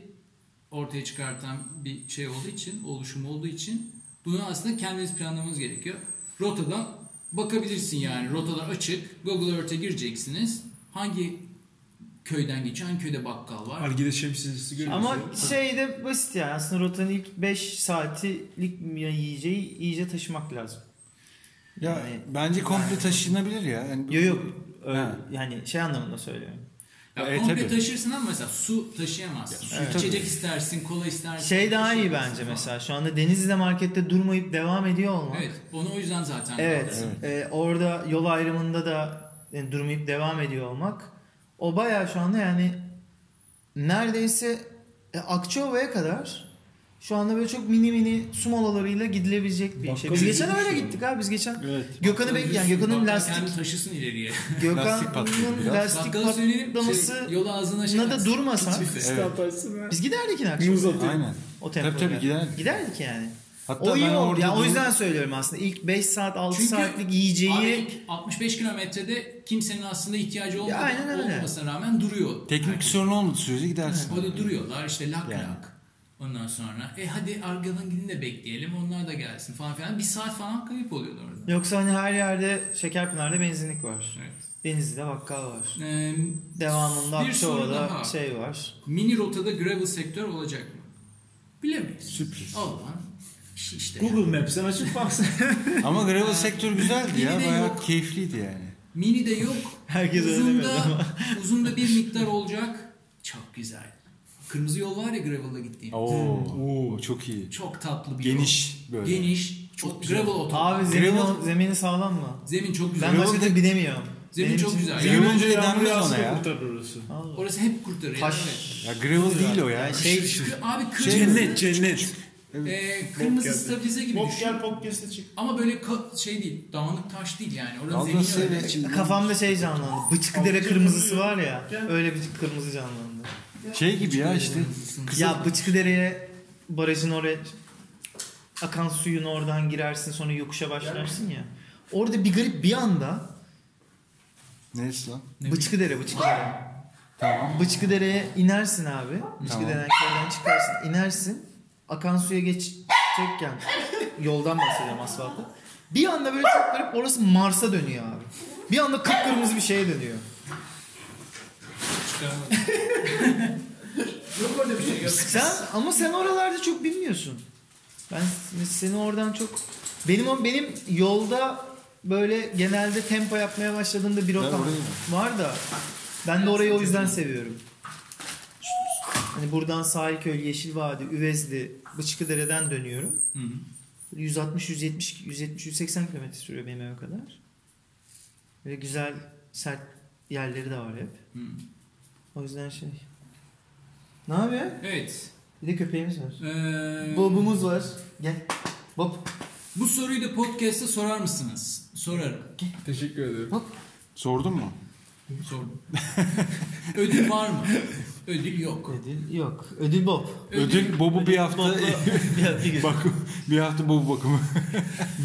Speaker 4: ortaya çıkartan bir şey olduğu için, oluşum olduğu için bunu aslında kendiniz planlamanız gerekiyor. Rotadan bakabilirsin yani. Rotalar açık. Google Earth'e gireceksiniz. Hangi köyden geçiyor? Hangi köyde bakkal var?
Speaker 3: Argide şemsiyesi görüyoruz.
Speaker 5: Ama
Speaker 3: ya.
Speaker 5: şey de basit yani aslında rotanın ilk 5 saatlik yiyeceği iyice taşımak lazım.
Speaker 6: Ya
Speaker 5: Yani-
Speaker 6: bence komple taşınabilir ya. Yani
Speaker 5: Yok yok öyle,
Speaker 6: Ha.
Speaker 5: yani şey anlamında söylüyorum.
Speaker 4: Ya
Speaker 6: E,
Speaker 4: komple
Speaker 6: tabii.
Speaker 4: taşırsın ama mesela su taşıyamazsın.
Speaker 6: Ya, su
Speaker 4: İçecek
Speaker 6: tabii.
Speaker 4: istersin, kola istersin.
Speaker 5: Şey daha iyi
Speaker 4: taşıyamazsın
Speaker 5: bence
Speaker 4: falan.
Speaker 5: mesela şu anda Denizli'de markette durmayıp devam ediyor olmak.
Speaker 4: Evet, onu o yüzden zaten.
Speaker 5: Evet, e, orada yol ayrımında da yani durmayıp devam ediyor olmak. O bayağı şu anda yani neredeyse e, Akçaova'ya kadar şu anda böyle çok mini mini su molalarıyla gidilebilecek bir şey.
Speaker 3: Bakkal
Speaker 5: Biz geçen
Speaker 3: yürüyüş
Speaker 5: öyle
Speaker 3: var.
Speaker 5: gittik abi biz geçen
Speaker 6: evet.
Speaker 5: Gökhan'ı bekleyen Gökhan'ın
Speaker 4: Bakkal
Speaker 5: lastik
Speaker 4: kendi taşısın ileriye.
Speaker 6: Lastik patlıyor
Speaker 5: Gökhan'ın
Speaker 6: biraz.
Speaker 5: lastik
Speaker 4: Bakkala söyleyelim.
Speaker 5: patlaması
Speaker 4: Şey, yol ağzına şey
Speaker 5: da
Speaker 4: yapsın.
Speaker 5: durmasak
Speaker 3: İstat açsın ha.
Speaker 5: biz giderdik yine akşam.
Speaker 3: Muz atıyor.
Speaker 6: Aynen.
Speaker 5: O tempoda.
Speaker 6: Tabii tabii gider.
Speaker 5: Giderdik yani.
Speaker 6: Hatta
Speaker 5: o iyi
Speaker 6: ben
Speaker 5: oldu.
Speaker 6: orada
Speaker 5: Ya, o
Speaker 6: dur-
Speaker 5: yüzden söylüyorum aslında. ilk 5 saat 6
Speaker 4: Çünkü
Speaker 5: saatlik yiyeceği
Speaker 4: Abi, 65 kilometrede kimsenin aslında ihtiyacı olmadı,
Speaker 5: Ya, aynen öyle.
Speaker 4: olmasına rağmen duruyor.
Speaker 6: Teknik
Speaker 4: Herkes.
Speaker 6: sorun olmadı sürece gidersin.
Speaker 4: Orada duruyorlar işte lak
Speaker 6: Yani.
Speaker 4: lak. Ondan sonra e hadi arkadan gidin de bekleyelim onlar da gelsin falan filan. Bir saat falan kayıp oluyordu orada.
Speaker 5: Yoksa hani her yerde Şekerpınar'da benzinlik var.
Speaker 4: Evet.
Speaker 5: Denizli'de bakkal var.
Speaker 4: Ee,
Speaker 5: Devamında
Speaker 4: bir soru
Speaker 5: Akçova'da
Speaker 4: daha.
Speaker 5: şey var.
Speaker 4: Mini rotada gravel sektör olacak mı? Bilemeyiz.
Speaker 6: Sürpriz.
Speaker 4: Allah'ın işi işte.
Speaker 3: Google Maps'ten açıp baksana.
Speaker 6: Ama gravel sektör güzeldi ya.
Speaker 4: Yine de
Speaker 6: Bayağı
Speaker 4: yok.
Speaker 6: keyifliydi yani.
Speaker 4: Mini de yok.
Speaker 5: Herkes öyle demiyor ama.
Speaker 4: uzunda, uzunda bir miktar olacak. Çok güzel. Kırmızı yol var ya gravel'la gittiğim.
Speaker 6: Oo. Oo çok iyi.
Speaker 4: Çok tatlı bir
Speaker 6: Geniş
Speaker 4: yol.
Speaker 6: böyle.
Speaker 4: Geniş. Çok gravel otoban.
Speaker 5: Abi zemini,
Speaker 6: Gravel-
Speaker 5: zemini sağlam mı?
Speaker 4: Zemin çok güzel.
Speaker 5: Ben başka da binemiyorum.
Speaker 4: Zemin
Speaker 5: Benim
Speaker 4: çok
Speaker 5: için-
Speaker 4: güzel.
Speaker 6: Zemin-
Speaker 4: Yani
Speaker 6: önce
Speaker 3: Yağmur
Speaker 6: denmez
Speaker 3: yağsa
Speaker 6: ona ya.
Speaker 3: kurtarır orası.
Speaker 5: Allah.
Speaker 4: Orası hep kurtarıyor. Evet.
Speaker 5: Taş.
Speaker 6: Ya gravel değil o ya.
Speaker 5: Yani şey,
Speaker 4: Çünkü abi kırmızı,
Speaker 6: cennet.
Speaker 4: e, kırmızı
Speaker 3: Bok geldi.
Speaker 4: stabilize gibi
Speaker 3: Bok
Speaker 4: düşün.
Speaker 3: gel podcast'e çık.
Speaker 4: Ama böyle ka- şey değil, dağınık taş değil yani. Oranın zemini
Speaker 6: Dalga
Speaker 4: öyle.
Speaker 6: seyretçi.
Speaker 5: kafamda şey canlandı. Bıçkıdere kırmızısı var ya. Öyle bir kırmızı canlandı.
Speaker 6: Şey gibi ya işte. Kısa-
Speaker 5: Ya Bıçkıdere'ye barajın oraya akan suyun oradan girersin sonra yokuşa başlarsın ya. Orada bir garip bir anda
Speaker 6: Neyse lan.
Speaker 4: Ne
Speaker 5: Bıçkıdere Bıçkıdere.
Speaker 6: Tamam.
Speaker 5: Bıçkıdere'ye inersin abi. Bıçkıdere'den köyden çıkarsın. inersin. Akan suya geçecekken yoldan bahsediyorum asfaltta. Bir anda böyle çok garip orası Mars'a dönüyor abi. Bir anda kıpkırmızı bir şeye dönüyor.
Speaker 4: Yok öyle bir şey yok.
Speaker 5: Sen ama sen oralarda çok bilmiyorsun. Ben s- seni oradan çok benim o benim yolda böyle genelde tempo yapmaya başladığımda bir
Speaker 6: Ben
Speaker 5: rotam
Speaker 6: orayı-
Speaker 5: var da ben de orayı o yüzden seviyorum. Hani buradan Sahilköy, Yeşilvadi, Üvezli, Bıçkıdere'den dönüyorum.
Speaker 4: Hı hı.
Speaker 5: 160 170 170 180 km sürüyor benim eve kadar. Böyle güzel sert yerleri de var hep.
Speaker 4: Hı.
Speaker 5: O yüzden şey. Ne yapıyor?
Speaker 4: Evet.
Speaker 5: Bir de köpeğimiz var.
Speaker 4: Ee,
Speaker 5: Bobumuz var. Gel. Bob.
Speaker 4: bu soruyu da podcast'te sorar mısınız? Sorarım.
Speaker 7: Teşekkür ederim.
Speaker 6: Sordun mu?
Speaker 4: Sordum. Ödül var mı? Ödül yok.
Speaker 5: Ödül yok. Ödül Bob.
Speaker 6: Ödül Bob'u bir hafta bak bir hafta Bob'u bakımı.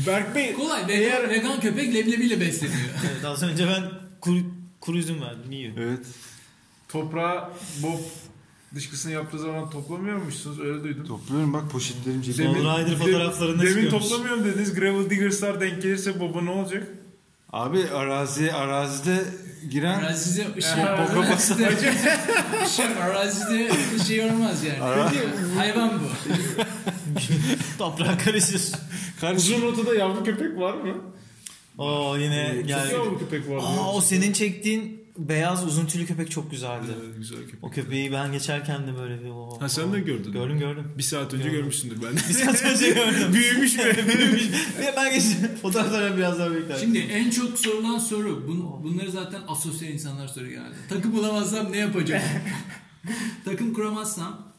Speaker 7: Berk Bey
Speaker 4: Kolay. Vegan, vegan köpek leblebiyle besleniyor.
Speaker 5: Evet, az önce ben kuru, kuru üzüm verdim. Yiyor.
Speaker 6: Evet.
Speaker 7: toprağa bob dışkısını yaptığı zaman toplamıyormuşsunuz öyle duydum.
Speaker 6: Topluyorum bak poşetlerim cebimde.
Speaker 5: Demin- Tomb Raider fotoğraflarında
Speaker 7: demin
Speaker 5: çıkıyormuş.
Speaker 7: toplamıyorum dediniz. Gravel Diggers'lar denk gelirse baba ne olacak?
Speaker 6: Abi arazi arazide giren
Speaker 4: Arazide şey,
Speaker 7: boka
Speaker 4: arazide, şey, arazide şey olmaz yani. Hayvan bu.
Speaker 5: Toprağa karışır.
Speaker 7: Uzun rotada yavru köpek var mı?
Speaker 5: Oo
Speaker 3: Ee,
Speaker 5: yine
Speaker 7: Çok
Speaker 5: geldi.
Speaker 7: yavru Ee, köpek var.
Speaker 5: Aa o senin çektiğin beyaz uzun tüylü köpek çok güzeldi.
Speaker 7: Evet, güzel köpek.
Speaker 5: O köpeği ben geçerken de böyle bir... Oo,
Speaker 7: Ha sen de gördün.
Speaker 5: Gördüm gördüm.
Speaker 7: Bir saat önce
Speaker 5: Gördüm.
Speaker 7: görmüşsündür ben.
Speaker 5: Bir saat önce gördüm. Büyümüş be. Büyümüş. Ve ben geçtim. Fotoğraflara biraz daha bekler.
Speaker 4: Şimdi en çok sorulan soru. Bun, bunları zaten asosyal insanlar soruyor genelde. Takım bulamazsam ne yapacağım? Takım kuramazsam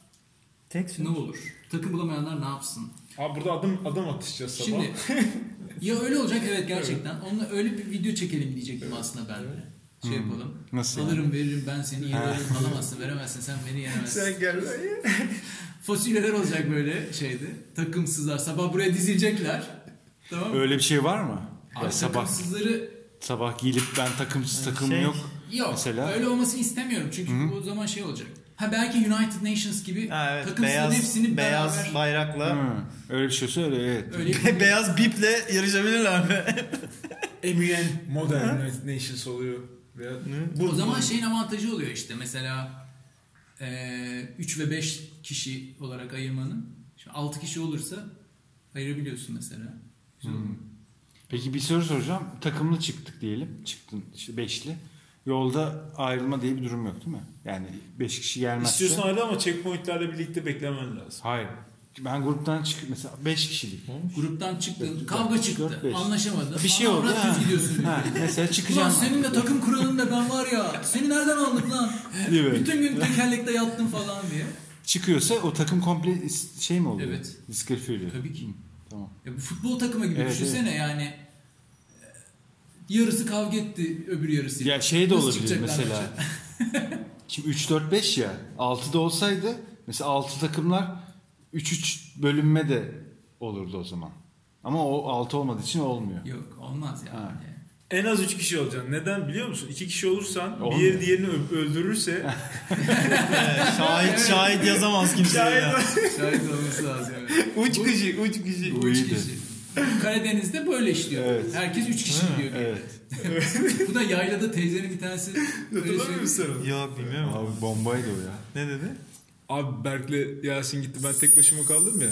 Speaker 5: Tek
Speaker 4: ne olur? Takım bulamayanlar ne yapsın?
Speaker 7: Abi burada adım adım atışacağız sabah.
Speaker 4: Şimdi ya öyle olacak evet gerçekten. Onunla öyle bir video çekelim diyecektim aslında ben de. Şey yapalım.
Speaker 6: Hmm. nasıl? yani?
Speaker 4: Alırım veririm ben seni yenerim alamazsın veremezsin sen beni yenemezsin.
Speaker 3: Sen gel.
Speaker 4: Fasulyeler olacak böyle şeyde. Takımsızlar sabah buraya dizilecekler. Tamam mı?
Speaker 6: Öyle bir şey var mı?
Speaker 4: Abi
Speaker 6: Ya sabah
Speaker 4: Takımsızları
Speaker 6: sabah giyilip ben takımsız takımım
Speaker 5: Şey-
Speaker 6: yok.
Speaker 4: Yok.
Speaker 6: Mesela?
Speaker 4: Öyle olmasını istemiyorum çünkü o zaman şey olacak. Ha belki United Nations gibi
Speaker 5: Ha, evet,
Speaker 4: takımsızın
Speaker 5: beyaz,
Speaker 4: hepsini
Speaker 5: beyaz
Speaker 4: beraber
Speaker 5: bayrakla
Speaker 6: Hı. Öyle bir şey olsa öyle evet.
Speaker 4: öyle
Speaker 5: Be- beyaz biple yarışabilirler mi?
Speaker 7: Eminem Modern United Nations oluyor. Veya
Speaker 4: o zaman şeyin avantajı oluyor işte mesela 3 ve 5 kişi olarak ayırmanın. Şimdi 6 kişi olursa ayırabiliyorsun mesela. Güzel olur.
Speaker 6: Peki bir soru soracağım. Takımlı çıktık diyelim. Çıktın işte beşli. Yolda ayrılma diye bir durum yok değil mi? Yani beş kişi gelmezse.
Speaker 3: İstiyorsan ayrı ama checkpointlerle birlikte beklemen lazım.
Speaker 6: Hayır. Ben gruptan çık mesela beş kişilik.
Speaker 4: Gruptan çıktın,
Speaker 6: Dört,
Speaker 4: kavga
Speaker 6: dört,
Speaker 4: çıktı,
Speaker 6: dört, beş.
Speaker 4: anlaşamadın.
Speaker 6: Bir şey
Speaker 4: Ana
Speaker 6: oldu
Speaker 4: avrat
Speaker 6: ha.
Speaker 4: düz gidiyorsun.
Speaker 6: Ha, mesela
Speaker 4: Ulan
Speaker 6: çıkacağım.
Speaker 4: senin de takım kuralın da ben var ya. Seni nereden aldık lan?
Speaker 6: Değil mi?
Speaker 4: Bütün gün tekerlekte yattın falan diye.
Speaker 6: Çıkıyorsa o takım komple is- şey mi oluyor?
Speaker 4: Evet.
Speaker 6: Diskalifiye oluyor.
Speaker 4: Tabii ki.
Speaker 6: Hı, Tamam.
Speaker 4: Ya bu futbol takımı gibi
Speaker 6: Evet,
Speaker 4: düşünsene yani e, yarısı kavga etti öbür yarısı.
Speaker 6: Ya şey de
Speaker 4: Nasıl
Speaker 6: olabilir
Speaker 4: çıkacaklar
Speaker 6: mesela. Şimdi 3 4 5 ya. 6 da olsaydı mesela 6 takımlar 3 3 bölünme de olurdu o zaman. Ama o 6 olmadığı için olmuyor.
Speaker 4: Yok olmaz ya.
Speaker 6: Ha.
Speaker 3: En az 3 kişi olacaksın. Neden biliyor musun? 2 kişi olursan
Speaker 6: Olmuyor.
Speaker 3: bir yeri diğerini ö- öldürürse
Speaker 5: şahit şahit yazamaz kimse ya.
Speaker 4: Şahit olması lazım. evet.
Speaker 5: Uç kişi, uç kişi.
Speaker 6: Bu
Speaker 4: Bu üç
Speaker 6: iyiydi.
Speaker 4: kişi. Karadeniz'de böyle işliyor.
Speaker 6: Evet.
Speaker 4: Herkes üç kişi diyor.
Speaker 6: Evet.
Speaker 4: Bu da yaylada teyzenin bir tanesi öyle
Speaker 3: hatırlamıyor
Speaker 4: söylüyor.
Speaker 3: musun?
Speaker 5: Yok bilmiyorum.
Speaker 6: Abi bombaydı o ya.
Speaker 5: Ne dedi?
Speaker 7: Abi Berk'le Yasin gitti ben tek başıma kaldım ya.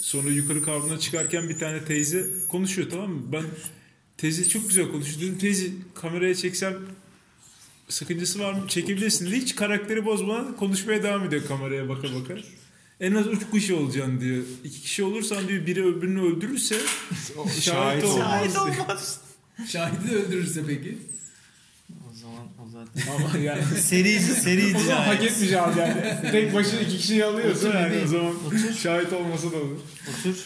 Speaker 7: Sonra yukarı kavramına çıkarken bir tane teyze konuşuyor tamam mı? Ben teyze çok güzel konuşuyor. Dedim teyze kameraya çeksem sakıncası var mı? Çekebilirsin. dedi. Hiç karakteri bozmadan konuşmaya devam ediyor kameraya baka baka. En az üç kişi olacaksın diyor. İki kişi olursan diyor biri öbürünü öldürürse
Speaker 6: O-
Speaker 7: şahit
Speaker 6: Şahit ol.
Speaker 7: olmaz. diyor.
Speaker 5: olmaz.
Speaker 4: Şahidi de öldürürse peki.
Speaker 5: O zaman o zaten.
Speaker 7: Ama yani
Speaker 5: Serici, serici.
Speaker 7: o zaman hak etmiş abi yani. Tek başına iki kişiyi alıyorsun
Speaker 5: Otur
Speaker 7: yani
Speaker 5: bebeğim,
Speaker 7: o zaman
Speaker 5: otur.
Speaker 7: şahit olmasa da olur.
Speaker 5: Otur.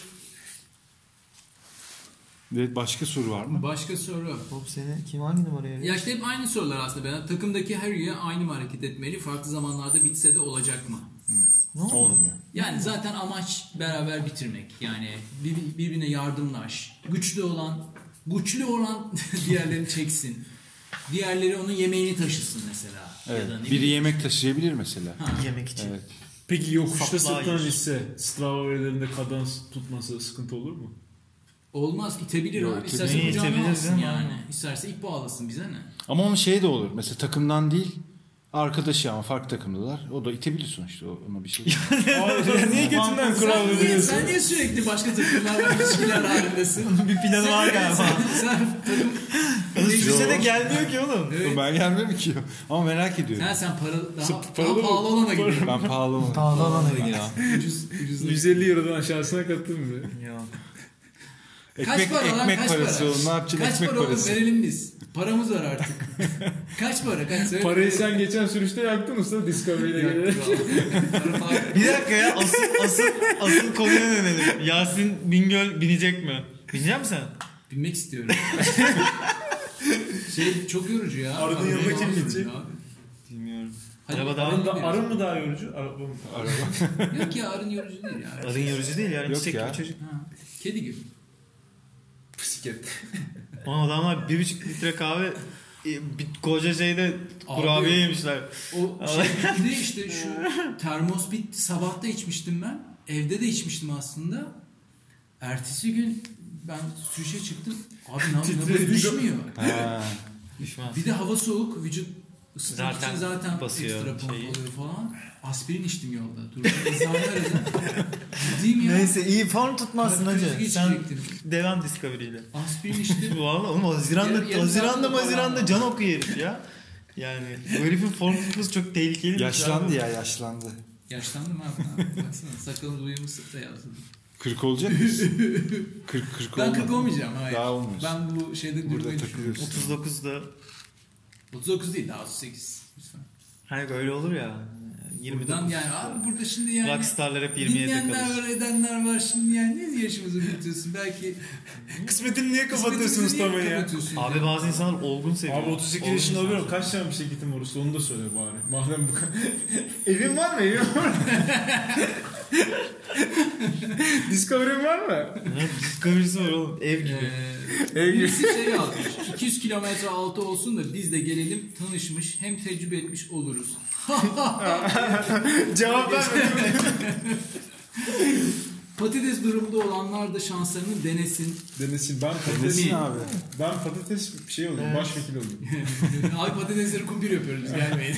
Speaker 6: Evet başka soru var mı?
Speaker 4: Başka soru.
Speaker 5: Bob seni kim hangi numaraya
Speaker 4: Ya
Speaker 5: veriyor?
Speaker 4: işte hep aynı sorular aslında. Ben takımdaki her üye aynı mı hareket etmeli? Farklı zamanlarda bitse de olacak mı?
Speaker 5: Ne oldu?
Speaker 6: Olmuyor.
Speaker 4: Yani zaten amaç beraber bitirmek. Yani bir- birbirine yardımlaş. Güçlü olan güçlü olan diğerlerini çeksin. Diğerleri onun yemeğini taşısın mesela.
Speaker 6: Evet.
Speaker 4: Ya da ne
Speaker 6: Biri
Speaker 4: bileyim.
Speaker 6: yemek taşıyabilir mesela.
Speaker 5: yemek için.
Speaker 6: Evet.
Speaker 7: Peki yokuşta
Speaker 5: Supply.
Speaker 7: sırtlanan hisse Strava verilerinde kadans tutması sıkıntı olur mu?
Speaker 4: Olmaz itebilir
Speaker 6: Yok,
Speaker 4: abi. İsterse
Speaker 5: itebilir.
Speaker 4: kucağına
Speaker 5: İtebilir
Speaker 4: alsın
Speaker 5: canım,
Speaker 4: yani.
Speaker 5: aynen.
Speaker 4: İsterse ip bağlasın bize ne?
Speaker 6: Ama onun şey de olur. Mesela takımdan değil arkadaşı ama farklı takımdalar. O da itebilir sonuçta. o- Ona bir şey.
Speaker 7: Abi niye götünden kural
Speaker 4: sen, niye,
Speaker 7: veriyorsun?
Speaker 4: sen niye sürekli başka takımlarla ilişkiler halindesin?
Speaker 5: bir planı var galiba.
Speaker 4: sen, takım-
Speaker 5: Üstüne de gelmiyor ki oğlum.
Speaker 4: Evet.
Speaker 6: ben gelmem ki. Ama merak ediyorum.
Speaker 4: sen, sen para, daha, daha
Speaker 7: paralı mı?
Speaker 4: pahalı olana gidiyorsun.
Speaker 6: Ben pahalı mı?
Speaker 5: Pahalı alana gidiyor.
Speaker 4: Ucuz, ucuz.
Speaker 7: 150 Euro'dan aşağısına kattım mı?
Speaker 5: Yok.
Speaker 6: Ekmek, ekmek parası oğlum. Ne yapacaksın
Speaker 4: Kaç
Speaker 6: ekmek
Speaker 4: para oğlum?
Speaker 6: parası?
Speaker 4: verelim biz. Paramız var artık. kaç para? Kaç söyle.
Speaker 7: Parayı sen geçen sürüşte yaktın usta Discovery'de gelerek.
Speaker 5: Bir dakika ya asıl, asıl, asıl konuya dönelim. Yasin Bingöl binecek mi? Binecek misin?
Speaker 4: Binmek istiyorum. şey çok yorucu ya.
Speaker 3: Arının
Speaker 4: Arabaya
Speaker 3: yanına kim
Speaker 4: yolculuk
Speaker 3: gidecek?
Speaker 4: abi.
Speaker 5: Bilmiyorum.
Speaker 4: Hadi
Speaker 5: Araba
Speaker 4: bir
Speaker 5: daha-
Speaker 4: arın
Speaker 3: Arın, da,
Speaker 4: verin.
Speaker 3: arın mı daha yorucu? Araba mı?
Speaker 4: Yok ya arın yorucu değil ya.
Speaker 5: Arın yorucu değil yani
Speaker 6: Yok
Speaker 5: çiçek
Speaker 6: ya.
Speaker 5: gibi çocuk.
Speaker 4: Ha, Kedi gibi.
Speaker 5: Ama adamlar bir buçuk litre kahve e, bir koca şeyde kurabiye yemişler.
Speaker 4: O şey bir de işte şu termos bitti. Sabah da içmiştim ben. Evde de içmiştim aslında. Ertesi gün ben sürüşe çıktım. Abi nabız nabız düşmüyor.
Speaker 6: Ha.
Speaker 5: Düşman.
Speaker 4: Bir de hava soğuk. Vücut ısıtmak
Speaker 5: Zaten
Speaker 4: için zaten
Speaker 5: basıyor
Speaker 4: ekstra pompa
Speaker 5: şeyi.
Speaker 4: oluyor falan. Aspirin içtim yolda. Durdum. Eczane aradım. Gideyim ya.
Speaker 5: Neyse iyi form tutmazsın
Speaker 4: Kalp krizi
Speaker 5: hacı. Sen
Speaker 4: geçirecektim.
Speaker 5: devam Discovery ile.
Speaker 4: Aspirin içtim.
Speaker 5: Valla oğlum Haziran'da,
Speaker 4: Yarım- yarım
Speaker 5: Haziran'da
Speaker 4: saat
Speaker 5: Haziran'da
Speaker 4: falan.
Speaker 5: can okuyor herif ya. Yani bu herifin form tutması çok tehlikeli. bir şey.
Speaker 6: Yaşlandı ya yaşlandı.
Speaker 4: Yaşlandım abi. Baksana sakalım duyumu sıfta yazdım.
Speaker 6: 40 olacak mısın? 40 40
Speaker 4: Ben
Speaker 6: olmadı.
Speaker 4: 40 olmayacağım. Hayır.
Speaker 6: Daha olmuyorsun.
Speaker 4: Ben bu şeyde
Speaker 6: Burada
Speaker 4: durmayı düşünüyorum.
Speaker 6: takılıyorsun.
Speaker 5: 39'da
Speaker 4: 39 değil daha 38. Lütfen.
Speaker 5: hani böyle olur ya. 29.
Speaker 4: Buradan yani abi burada şimdi yani
Speaker 5: Rockstarlar hep 27'de
Speaker 4: dinleyenler
Speaker 5: kalır.
Speaker 4: var edenler var şimdi yani ne yaşımızı büyütüyorsun belki.
Speaker 3: Kısmetini niye kapatıyorsun
Speaker 4: kısmetimizi niye
Speaker 3: ustama ya?
Speaker 4: kapatıyorsun ya?
Speaker 5: Abi bazı insanlar olgun seviyor.
Speaker 7: Abi 32
Speaker 5: Olgun
Speaker 7: yaşında
Speaker 5: insan
Speaker 7: oluyorum.
Speaker 5: seviyor.
Speaker 7: Kaç tane bisikletim var usta onu da söyle bari. Madem bu kadar. Evin var mı? Evin var mı? Discovery'in var mı?
Speaker 5: Ne Discovery'si var oğlum ev gibi.
Speaker 4: Ee,
Speaker 7: Ev gibi.
Speaker 4: birisi şey yazmış. 200 kilometre altı olsun da biz de gelelim tanışmış hem tecrübe etmiş oluruz.
Speaker 7: Cevap vermedim.
Speaker 4: Patates durumda olanlar da şanslarını denesin.
Speaker 7: Denesin ben patates.
Speaker 6: Nesin abi?
Speaker 7: Ben patates şey oldum. Başvekil oldum.
Speaker 4: Abi patatesleri kumpir yapıyoruz gelmeyin.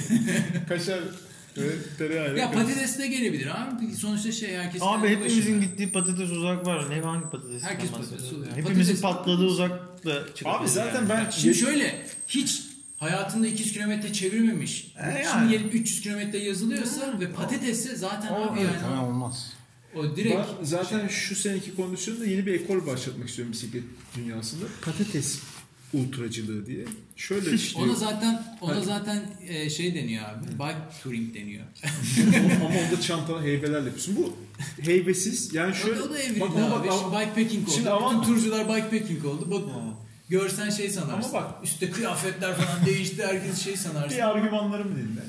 Speaker 7: Kaşar ve tereyağı.
Speaker 4: ya patates de gelebilir abi. Sonuçta şey herkes
Speaker 5: Abi
Speaker 4: kendi başına.
Speaker 5: hepimizin gittiği patates uzak var. Ne hangi patates?
Speaker 4: Herkes patates oluyor.
Speaker 5: Hepimizin
Speaker 4: Patates-
Speaker 5: patladığı uzak da çıkıyor.
Speaker 3: Abi zaten ben
Speaker 4: Şimdi şöyle hiç hayatında 200 kilometre çevirmemiş.
Speaker 5: E
Speaker 4: Şimdi
Speaker 5: yani.
Speaker 4: gelip 300 kilometre yazılıyorsa ve patatesse zaten abi yani
Speaker 6: Tamam olmaz.
Speaker 4: o direkt
Speaker 7: Ben zaten şu seneki kondisyonda yeni bir ekol başlatmak istiyorum bisiklet dünyasında. Patates ultracılığı diye. Şöyle
Speaker 4: ona
Speaker 7: düşünüyorum.
Speaker 4: zaten ona zaten e, şey deniyor abi. Bike touring deniyor.
Speaker 7: ama onda çantalı heybelerle yapıyorsun. Bu heybesiz yani
Speaker 4: Şöyle,
Speaker 7: şöyle.
Speaker 4: o da evrildi
Speaker 7: bak, ama
Speaker 4: abi.
Speaker 7: bak,
Speaker 4: Şimdi bikepacking oldu.
Speaker 7: Şimdi
Speaker 4: Bütün
Speaker 7: ama-
Speaker 4: turcular bikepacking oldu. Bak görsen şey sanarsın.
Speaker 7: Ama bak-
Speaker 4: üstte kıyafetler falan değişti. Herkes şey sanarsın.
Speaker 3: bir argümanlarımı dinle.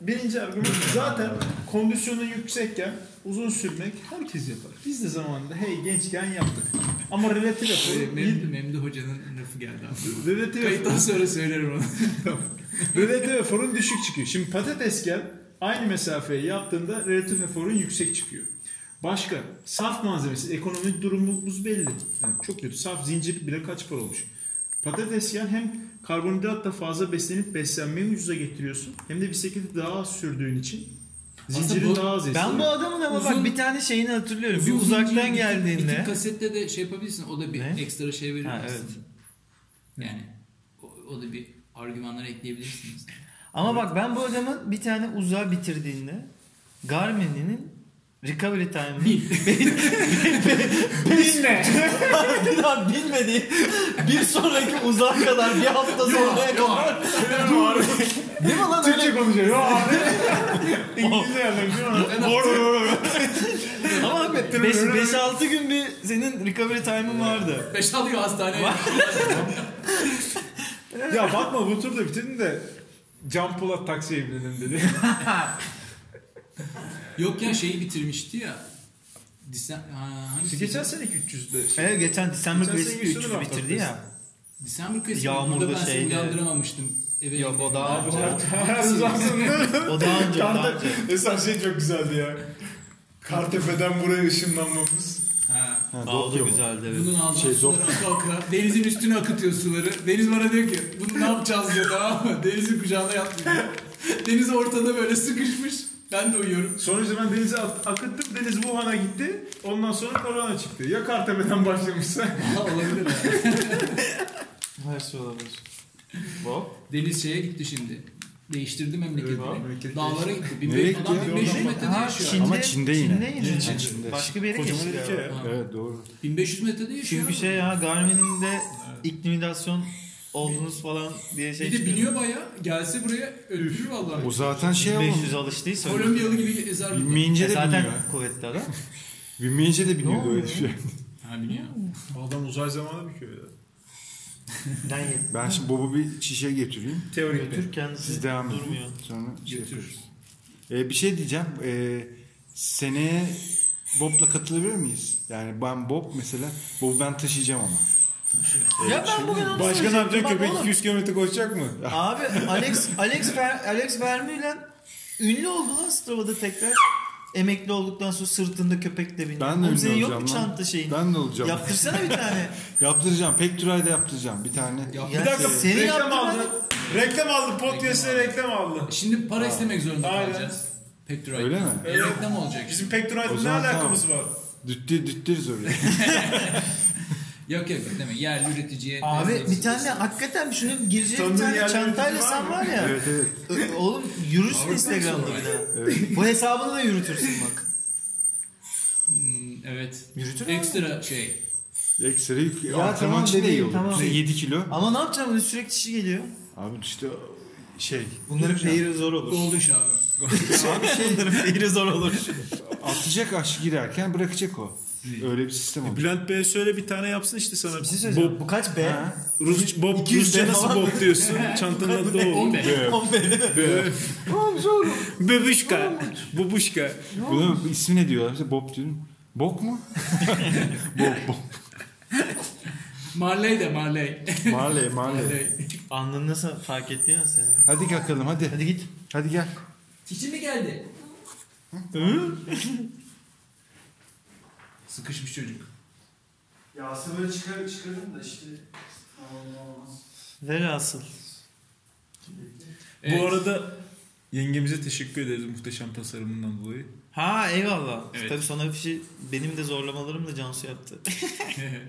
Speaker 3: Birinci argüman zaten kondisyonun yüksekken uzun sürmek herkes yapar. Biz de zamanında hey gençken yaptık. Ama relatif
Speaker 4: Ee,
Speaker 3: yapalım.
Speaker 4: Memdu, Memdu hocanın lafı geldi aklıma.
Speaker 3: Relatif
Speaker 4: Kayıttan sonra söylerim onu.
Speaker 3: Relatif eforun düşük çıkıyor. Şimdi patates gel aynı mesafeye yaptığında relatif eforun yüksek çıkıyor. Başka saf malzemesi, ekonomik durumumuz belli. Yani çok kötü. Saf zincir bile kaç para olmuş. Patates gel hem karbonhidratla fazla beslenip beslenmeyi ucuza getiriyorsun. Hem de bisikleti daha az sürdüğün için zincirin
Speaker 4: bu-
Speaker 3: daha az esiyor.
Speaker 5: Ben bu adamın ama
Speaker 4: Uzun-
Speaker 5: bak bir tane şeyini hatırlıyorum.
Speaker 4: Uzun
Speaker 5: bir uzaktan
Speaker 4: zincir, Bir
Speaker 5: geldiğinde.
Speaker 4: tip kasette de şey yapabilirsin. O da bir
Speaker 5: Ne?
Speaker 4: ekstra şey verir
Speaker 5: Ha,
Speaker 4: aslında.
Speaker 5: evet.
Speaker 4: Yani o, o da bir argümanlara ekleyebilirsiniz.
Speaker 5: Ama bak ben bu adamın bir tane uzağı bitirdiğinde Garmin'in recovery time'ını bin.
Speaker 3: Dinle.
Speaker 5: Daha bilmediği bir sonraki uzağa kadar bir hafta sonraya kadar. Değil mi lan öyle?
Speaker 3: Türkçe konuşuyor. Yo abi. İngilizce yazmış.
Speaker 5: Ama 5-6 gün bir senin recovery time'ın vardı.
Speaker 4: Beş alıyor hastaneye.
Speaker 3: ya bakma bu turda bitirdin de Can Polat taksiye binelim dedi.
Speaker 4: Yok ya şeyi bitirmişti ya. Disem, ha, hangisi?
Speaker 3: Geçen seneki 300'de.
Speaker 5: Evet geçen December
Speaker 3: Geçen sene
Speaker 5: Grace'i
Speaker 3: yüzünü
Speaker 5: 300
Speaker 3: bak-
Speaker 5: bitirdi ya.
Speaker 4: December kesimi.
Speaker 5: Yağmurda
Speaker 4: Burada ben seni
Speaker 5: şeydi.
Speaker 4: uyandıramamıştım. Eve
Speaker 5: Yok o daha önce.
Speaker 3: Uzansın.
Speaker 5: O daha önce. daha önce.
Speaker 3: Kartepe. Mesela şey çok güzeldi ya. Kartepe'den buraya ışınlanmamız.
Speaker 4: Ha.
Speaker 5: Aa, o da güzeldi evet.
Speaker 4: Bunun ağzına
Speaker 6: Şey,
Speaker 4: suları aka aka. Denizin üstüne akıtıyor suları. Deniz bana diyor ki bunu ne yapacağız diyor tamam mı? Denizin kucağına yatmıyor. Deniz ortada böyle sıkışmış. Ben de uyuyorum.
Speaker 3: Sonra işte ben denize at- akıttım. Deniz Wuhan'a gitti. Ondan sonra korona çıktı. Ya Kartepe'den başlamışsa.
Speaker 4: Ha, olabilir mi?
Speaker 5: Her şey olabilir.
Speaker 4: Deniz şeye gitti şimdi. Değiştirdi memleketini.
Speaker 3: Evet, memleket
Speaker 4: Dağlara gitti. Bin
Speaker 6: Nereye
Speaker 4: adam
Speaker 6: gitti ya?
Speaker 5: şey
Speaker 4: 1500 metrede
Speaker 5: Ha,
Speaker 4: yaşıyor.
Speaker 5: Çin'de,
Speaker 6: Ama Çin'de yine.
Speaker 5: yine.
Speaker 6: Çin,
Speaker 5: Yani
Speaker 6: Çin'de.
Speaker 5: Başka bir yere
Speaker 3: Kocaman
Speaker 5: geçti.
Speaker 3: ülke
Speaker 5: ya.
Speaker 3: ya.
Speaker 6: Evet doğru.
Speaker 4: 1500 metrede yaşıyor.
Speaker 5: Çünkü şey ya Garmin'in de iklimidasyon oldunuz falan diye şey
Speaker 4: bir de
Speaker 5: çıkıyor.
Speaker 4: biniyor baya. Gelse buraya öldürür vallahi.
Speaker 6: O zaten şey ama.
Speaker 5: 500 alıştıysa.
Speaker 4: Kolombiyalı gibi ezer.
Speaker 6: Binmeyince
Speaker 5: E,
Speaker 6: de
Speaker 5: zaten
Speaker 6: biniyor.
Speaker 5: kuvvetli adam.
Speaker 6: Binmeyince de biniyordu şey. o
Speaker 5: oluyor?
Speaker 6: herif ya.
Speaker 4: Ha biniyor.
Speaker 3: Adam uzay zamanı bir köy ya.
Speaker 5: Ben ye-
Speaker 6: Ben şimdi Bob'u bir şişe getireyim.
Speaker 3: Teorik bir.
Speaker 5: götür kendisi
Speaker 6: Siz devam edin.
Speaker 5: durmuyor.
Speaker 6: Sonra şey
Speaker 4: Götürür.
Speaker 6: yaparız. Ee, bir şey diyeceğim. Ee, seneye Bob'la katılabilir miyiz? Yani ben Bob mesela. Bob'u ben taşıyacağım ama.
Speaker 5: Ya ben bugün onu
Speaker 3: Başka ne
Speaker 5: söyleyecektim.
Speaker 3: yapacak
Speaker 5: Bak
Speaker 3: köpek
Speaker 5: oğlum,
Speaker 3: 200 km koşacak mı?
Speaker 5: Abi Alex Alex Ver, Alex Vermeulen ünlü oldu lan Strava'da tekrar. Emekli olduktan sonra sırtında köpekle bindi.
Speaker 6: Ben de
Speaker 5: Oğlum
Speaker 6: ünlü
Speaker 5: senin yok
Speaker 6: olacağım
Speaker 5: mu
Speaker 6: lan.
Speaker 5: çanta şeyin?
Speaker 6: Ben de olacağım.
Speaker 5: Yaptırsana bir tane.
Speaker 6: Yaptıracağım. Pek da yaptıracağım. Bir tane.
Speaker 4: Ya,
Speaker 5: Ya
Speaker 3: Bir dakika
Speaker 5: seni
Speaker 3: reklam
Speaker 5: yaptırmadım.
Speaker 3: aldı. Reklam aldı. Podcast'e reklam aldı.
Speaker 4: Şimdi para istemek zorunda
Speaker 3: Aynen.
Speaker 4: kalacağız. Pekturay'da.
Speaker 6: Öyle mi?
Speaker 4: E, reklam olacak.
Speaker 3: Bizim
Speaker 6: O
Speaker 3: Pektorite'le ne
Speaker 6: zaman
Speaker 3: alakamız var?
Speaker 6: Düttü düttürüz oraya.
Speaker 4: Yok yok yok deme. Yerli üreticiye.
Speaker 5: hani- Abi
Speaker 4: destek
Speaker 5: bir tane
Speaker 4: olsun.
Speaker 5: hakikaten şunun girecek bir
Speaker 3: Tanıdığın
Speaker 5: tane
Speaker 3: yerlerde
Speaker 5: çantayla
Speaker 3: var
Speaker 5: sen
Speaker 3: mı?
Speaker 5: var ya.
Speaker 6: evet evet.
Speaker 5: Ö- Oğlum yürürsün
Speaker 4: Avrupa
Speaker 5: şey Instagram'da
Speaker 4: sonra.
Speaker 5: bir daha. Bu hesabını da yürütürsün bak.
Speaker 4: Hmm, evet.
Speaker 5: Yürütür mü?
Speaker 4: Ekstra şey.
Speaker 6: Ekstra yük. Ya,
Speaker 5: tamam
Speaker 6: antrenman için de iyi
Speaker 5: bebeğim,
Speaker 6: olur.
Speaker 5: tamam.
Speaker 6: 7 kilo.
Speaker 5: Ama ne yapacağım? Böyle Sürekli kişi geliyor.
Speaker 6: Abi işte şey.
Speaker 5: Bunların peyri zor olur.
Speaker 4: Golden Shower.
Speaker 6: Abi şey
Speaker 5: Bunların peyri zor olur.
Speaker 6: atacak aşk girerken bırakacak o. Öyle bir sistem
Speaker 5: E,
Speaker 6: olmuş.
Speaker 3: Bülent Bey'e söyle bir tane yapsın işte sana.
Speaker 5: Bir şey söyleyeceğim. Bu kaç be?
Speaker 6: Ha?
Speaker 3: Rus, Bob,
Speaker 5: 200
Speaker 3: Rusça
Speaker 5: defa
Speaker 3: nasıl
Speaker 5: mı?
Speaker 3: Bob diyorsun? Çantanın adı da o.
Speaker 4: 15.
Speaker 5: On be değil mi?
Speaker 3: Bebuşka. Bubuşka.
Speaker 6: Buna ismi ne diyorlar? İşte Bob diyorum. Bok mu? Bob, Bob.
Speaker 4: Marley de Marley.
Speaker 6: Marley, Marley.
Speaker 5: Anladın nasıl fark etti ya sen?
Speaker 6: Hadi bakalım hadi.
Speaker 5: Hadi
Speaker 6: Hadi,
Speaker 5: git.
Speaker 6: gel.
Speaker 4: Çiçi mi geldi? Sıkışmış çocuk.
Speaker 6: Ya aslında böyle çıkar, çıkarım da işte. olmaz.
Speaker 5: Velhasıl.
Speaker 4: Evet.
Speaker 3: Bu arada yengemize teşekkür ederiz muhteşem tasarımından dolayı.
Speaker 5: Ha eyvallah.
Speaker 4: Evet.
Speaker 5: Tabii son afişi benim de zorlamalarım da Cansu yaptı.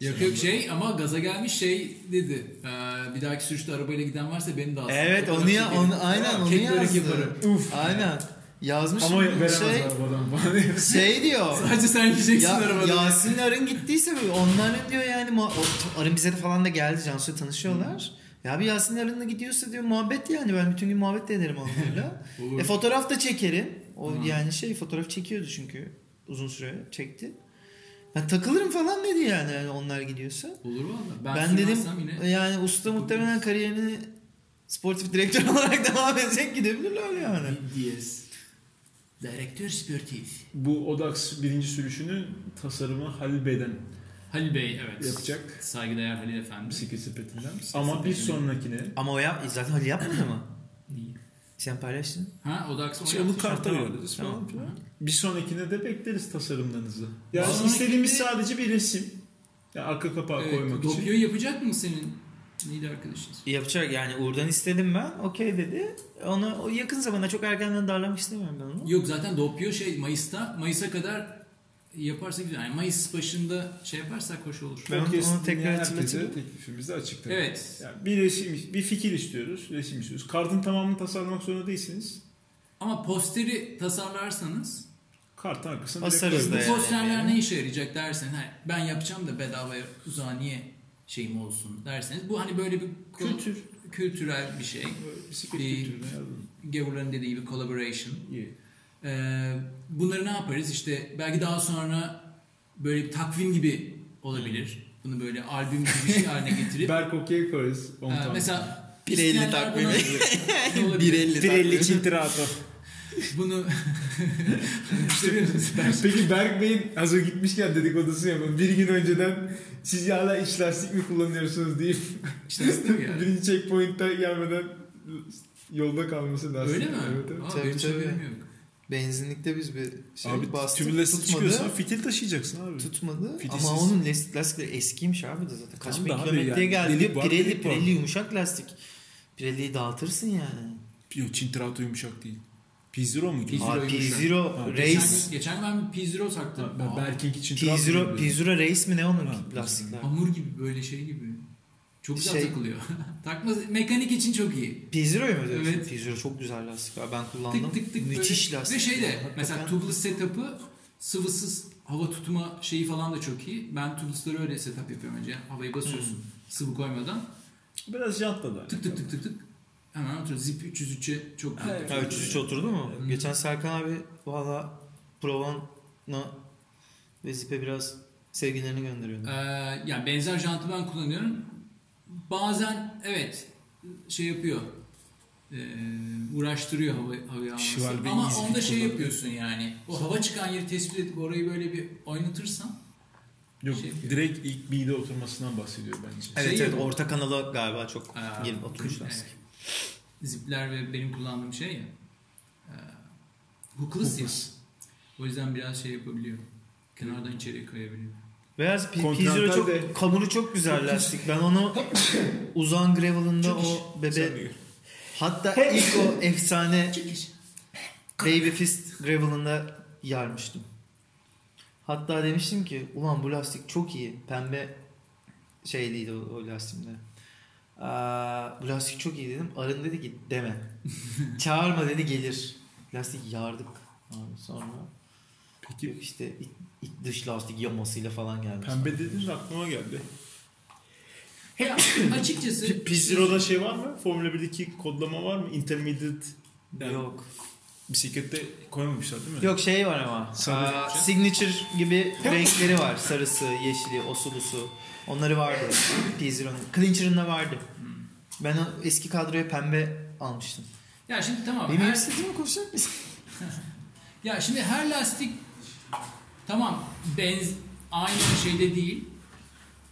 Speaker 4: Yok yok şey ama gaza gelmiş şey dedi. Ee, bir dahaki sürüşte arabayla giden varsa beni de alsın.
Speaker 5: evet
Speaker 4: Fotoğraf
Speaker 5: onu ya,
Speaker 4: çekelim.
Speaker 5: onu, aynen onu
Speaker 4: Kek börek
Speaker 5: yazdı.
Speaker 4: yaparım.
Speaker 5: Uf. Aynen. Yazmış
Speaker 3: Ama veremez
Speaker 5: şey,
Speaker 3: arabadan falan.
Speaker 5: şey diyor.
Speaker 4: Sadece sen gideceksin
Speaker 5: Ya,
Speaker 4: arabada.
Speaker 5: Yasin Arın gittiyse böyle onların diyor yani muha- o- Arın bize de falan da geldi Cansu'yla tanışıyorlar. Ya bir Yasin Arın'la gidiyorsa diyor muhabbet yani ben bütün gün muhabbet de ederim onlarla.
Speaker 4: Olur.
Speaker 5: e fotoğraf da çekerim. O yani şey fotoğraf çekiyordu çünkü uzun süre çekti. Ben takılırım falan dedi yani, yani onlar gidiyorsa.
Speaker 4: Olur valla. Ben,
Speaker 5: Ben, dedim
Speaker 4: sürmezsem yine.
Speaker 5: yani usta muhtemelen kariyerini sportif direktör olarak devam edecek gidebilirler yani.
Speaker 4: Yes. Direktör sportif.
Speaker 3: Bu Odax birinci sürüşünü tasarımı Halil Bey'den
Speaker 4: Halil Bey evet.
Speaker 3: yapacak.
Speaker 4: Saygıdeğer Halil Efendi.
Speaker 3: Bisiklet sepetinden. Ama bir sonrakine
Speaker 5: Ama o ya zaten Ali yapmadı mı?
Speaker 4: Neyi?
Speaker 5: Sen paylaştın.
Speaker 4: Ha o da aksi
Speaker 3: şey, onu karta veririz
Speaker 4: Tamam.
Speaker 3: falan filan. Bir sonrakine de bekleriz tasarımlarınızı. Yani
Speaker 4: Sonrakinde-
Speaker 3: istediğimiz sadece bir resim. Yani arka kapağı koymak için.
Speaker 4: Dokyo yapacak mı senin? Neydi arkadaşın?
Speaker 5: Yapacak yani Uğur'dan istedim ben. Okey dedi. Ona o yakın zamanda çok erkenden darlamak istemiyorum ben onu.
Speaker 4: Yok zaten Dopyo şey Mayıs'ta Mayıs'a kadar yaparsak güzel. Yani Mayıs başında şey yaparsak hoş olur.
Speaker 5: Ben
Speaker 3: Podcast
Speaker 5: onu tekrar
Speaker 3: dinleyen
Speaker 5: hatırlatırım.
Speaker 3: herkese teklifimiz de açık tabii.
Speaker 4: Evet.
Speaker 3: Yani bir resim, bir fikir istiyoruz, resim istiyoruz. Kartın tamamını tasarlamak zorunda değilsiniz.
Speaker 4: Ama posteri tasarlarsanız
Speaker 3: Kartın arkasına
Speaker 5: Basarız
Speaker 3: koyun.
Speaker 5: da.
Speaker 4: bu
Speaker 5: Evet.
Speaker 4: posterler ne işe yarayacak dersen ha, ben yapacağım da bedavaya uzağa niye şeyim olsun derseniz bu hani böyle bir ko-
Speaker 3: Kültür.
Speaker 4: kültürel bir şey.
Speaker 3: Böyle Bisiklet
Speaker 4: Bir-
Speaker 3: kültürüne yardım.
Speaker 4: Gavurların dediği gibi collaboration.
Speaker 3: İyi.
Speaker 4: Ee, bunları ne yaparız? İşte belki daha sonra böyle bir takvim gibi olabilir. Bunu böyle albüm gibi bir şey haline getirip.
Speaker 3: Berk okey koyarız. on
Speaker 4: Ee,
Speaker 3: tane.
Speaker 4: mesela
Speaker 5: 1.50
Speaker 4: isteyenler
Speaker 5: takvimi.
Speaker 4: bunu- Ne olabilir?
Speaker 5: takvimi.
Speaker 3: çiltir atı.
Speaker 4: Bunu seviyorsunuz. Ben-
Speaker 7: Peki Berk Bey'in hazır gitmişken dedikodusunu yapalım. Bir gün önceden siz hala iç lastik mi kullanıyorsunuz deyip
Speaker 4: İşte istedim ya.
Speaker 7: birinci checkpoint'ten gelmeden yolda kalması lazım.
Speaker 4: Öyle mi?
Speaker 7: Evet, evet.
Speaker 4: Aa,
Speaker 5: Tabii,
Speaker 4: benim hiç
Speaker 5: tabii.
Speaker 4: haberim yok.
Speaker 5: Benzinlikte biz bir şey
Speaker 3: abi
Speaker 5: bastık.
Speaker 3: tübülesi
Speaker 5: tutmadı.
Speaker 3: çıkıyorsa fitil taşıyacaksın abi.
Speaker 5: tutmadı
Speaker 3: Fitilsiz.
Speaker 5: ama onun les- lastikleri eskiymiş abi de zaten. Kaç
Speaker 3: Tamam da
Speaker 5: bin
Speaker 3: abi
Speaker 5: kilometreye
Speaker 3: yani
Speaker 5: geldi.
Speaker 3: delik var,
Speaker 5: Pirelli,
Speaker 3: delik var.
Speaker 5: pirelli yumuşak lastik. Pirelli'yi dağıtırsın yani.
Speaker 3: Yok Çintrato yumuşak değil. P0 mu?
Speaker 4: P0
Speaker 5: Abi
Speaker 4: yumuşak.
Speaker 5: P0
Speaker 4: Geçen,
Speaker 5: Race.
Speaker 4: geçen ben P0 taktım.
Speaker 7: Ben
Speaker 4: Aa,
Speaker 7: Berk'in için
Speaker 5: P0, P0 Race mi ne onun
Speaker 3: Ha,
Speaker 5: lastikler?
Speaker 4: Hamur gibi böyle şey gibi. Çok güzel
Speaker 5: Şey-
Speaker 4: takılıyor. Takma mekanik için çok iyi.
Speaker 5: P0'yu mu diyorsun?
Speaker 4: Evet.
Speaker 5: P0 çok güzel lastik abi ben kullandım.
Speaker 4: Tık tık tık
Speaker 5: Müthiş
Speaker 4: böyle.
Speaker 5: lastik.
Speaker 4: Ve şey de
Speaker 5: Hakikaten
Speaker 4: mesela tubeless setup'ı sıvısız hava tutma şeyi falan da çok iyi. Ben tubeless'ları öyle setup yapıyorum önce. Havayı basıyorsun
Speaker 5: Hmm.
Speaker 4: sıvı koymadan.
Speaker 3: Biraz jantla da.
Speaker 4: Tık tık tık tık tık. Hemen oturuyor. Zip 303'e çok güzel.
Speaker 5: Ha, 303 oturdu mu?
Speaker 4: Hı.
Speaker 5: Geçen Serkan abi valla Provan'a ve Zip'e biraz sevgilerini gönderiyordu.
Speaker 4: Ee, yani benzer jantı ben kullanıyorum. Bazen evet şey yapıyor. Ee, uğraştırıyor hava, havayı alması.
Speaker 3: Şivalbeyi
Speaker 4: Ama
Speaker 3: iyi
Speaker 4: onda şey
Speaker 3: kullanıyor.
Speaker 4: yapıyorsun yani. O hava çıkan yeri tespit edip orayı böyle bir oynatırsan
Speaker 3: Yok
Speaker 4: Şey yapıyor.
Speaker 3: direkt ilk B'de oturmasından bahsediyor bence.
Speaker 5: Evet
Speaker 4: Şey-
Speaker 5: evet orta kanala galiba çok
Speaker 4: Ee,
Speaker 5: gelip oturmuş
Speaker 4: kır-
Speaker 5: lastik.
Speaker 4: e, zipler ve benim kullandığım şey ya. E, hookless ya. O yüzden biraz şey yapabiliyor. Kenardan içeriye kayabiliyor.
Speaker 5: Beyaz P-
Speaker 3: Continental
Speaker 5: P0 çok
Speaker 3: de-
Speaker 5: kamuru çok güzel lastik. Ben onu Uzan Gravel'ında o
Speaker 3: Sen
Speaker 5: bebe
Speaker 3: de-
Speaker 5: hatta ilk o efsane Baby Fist Gravel'ında yarmıştım. Hatta demiştim ki ulan bu lastik çok iyi. Pembe şeyliydi o, o lastimde. Aa, bu lastik çok iyi dedim. Arın dedi ki deme. Çağırma dedi gelir. Lastik yardık. Abi sonra
Speaker 3: Peki
Speaker 5: yok işte iç- iç dış lastik yamasıyla falan gelmiş.
Speaker 3: pembe dedin de aklıma geldi.
Speaker 4: Ya, açıkçası
Speaker 3: P0'da şey var mı? Formula 1'deki kodlama var mı? Intermediate yani
Speaker 5: Yok.
Speaker 3: bisiklette koymamışlar değil mi?
Speaker 5: Yok şey var ama.
Speaker 3: Sarı
Speaker 5: aa, signature gibi renkleri var. Sarısı, yeşili, osulusu. Onları vardı. P0'ın. Clincher'ın da vardı.
Speaker 3: Hmm.
Speaker 5: Ben o eski kadroya pembe almıştım.
Speaker 4: ya şimdi tamam.
Speaker 5: Benim
Speaker 4: her-
Speaker 5: hepsini mi konuşacak mısın?
Speaker 4: Ya şimdi her lastik tamam benz aynı şeyde değil.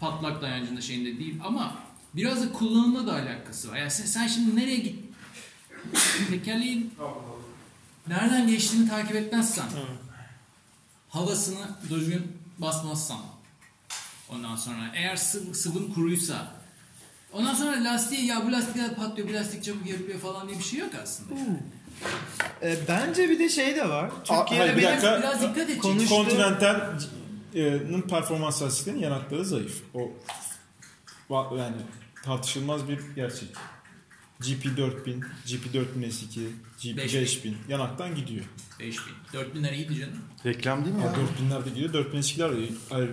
Speaker 4: Patlak dayancında şeyinde değil ama biraz da kullanımla da alakası var. Yani sen, sen şimdi nereye git? Tekerleğin nereden geçtiğini takip etmezsen havasını düzgün basmazsan ondan sonra eğer sıvı, sıvın kuruysa ondan sonra lastiği ya bu lastikler patlıyor bu lastik çabuk yarılıyor falan diye bir şey yok aslında.
Speaker 5: Ee, bence bir de şey de var.
Speaker 3: hayır,
Speaker 5: Türkiye'de
Speaker 3: bir
Speaker 5: benim...
Speaker 3: dakika.
Speaker 4: biraz dikkat edeceksin.
Speaker 5: Konuş- Konuştu.
Speaker 3: Continental'ın e, performans lastiklerinin yanakları zayıf. O va- yani tartışılmaz bir gerçek. GP4000, GP4002, GP5000 yanaktan gidiyor.
Speaker 4: 5000. 4000 lira iyiydi canım.
Speaker 6: Reklam değil mi ya?
Speaker 3: 4000'ler de gidiyor, 4002'ler de Hayır,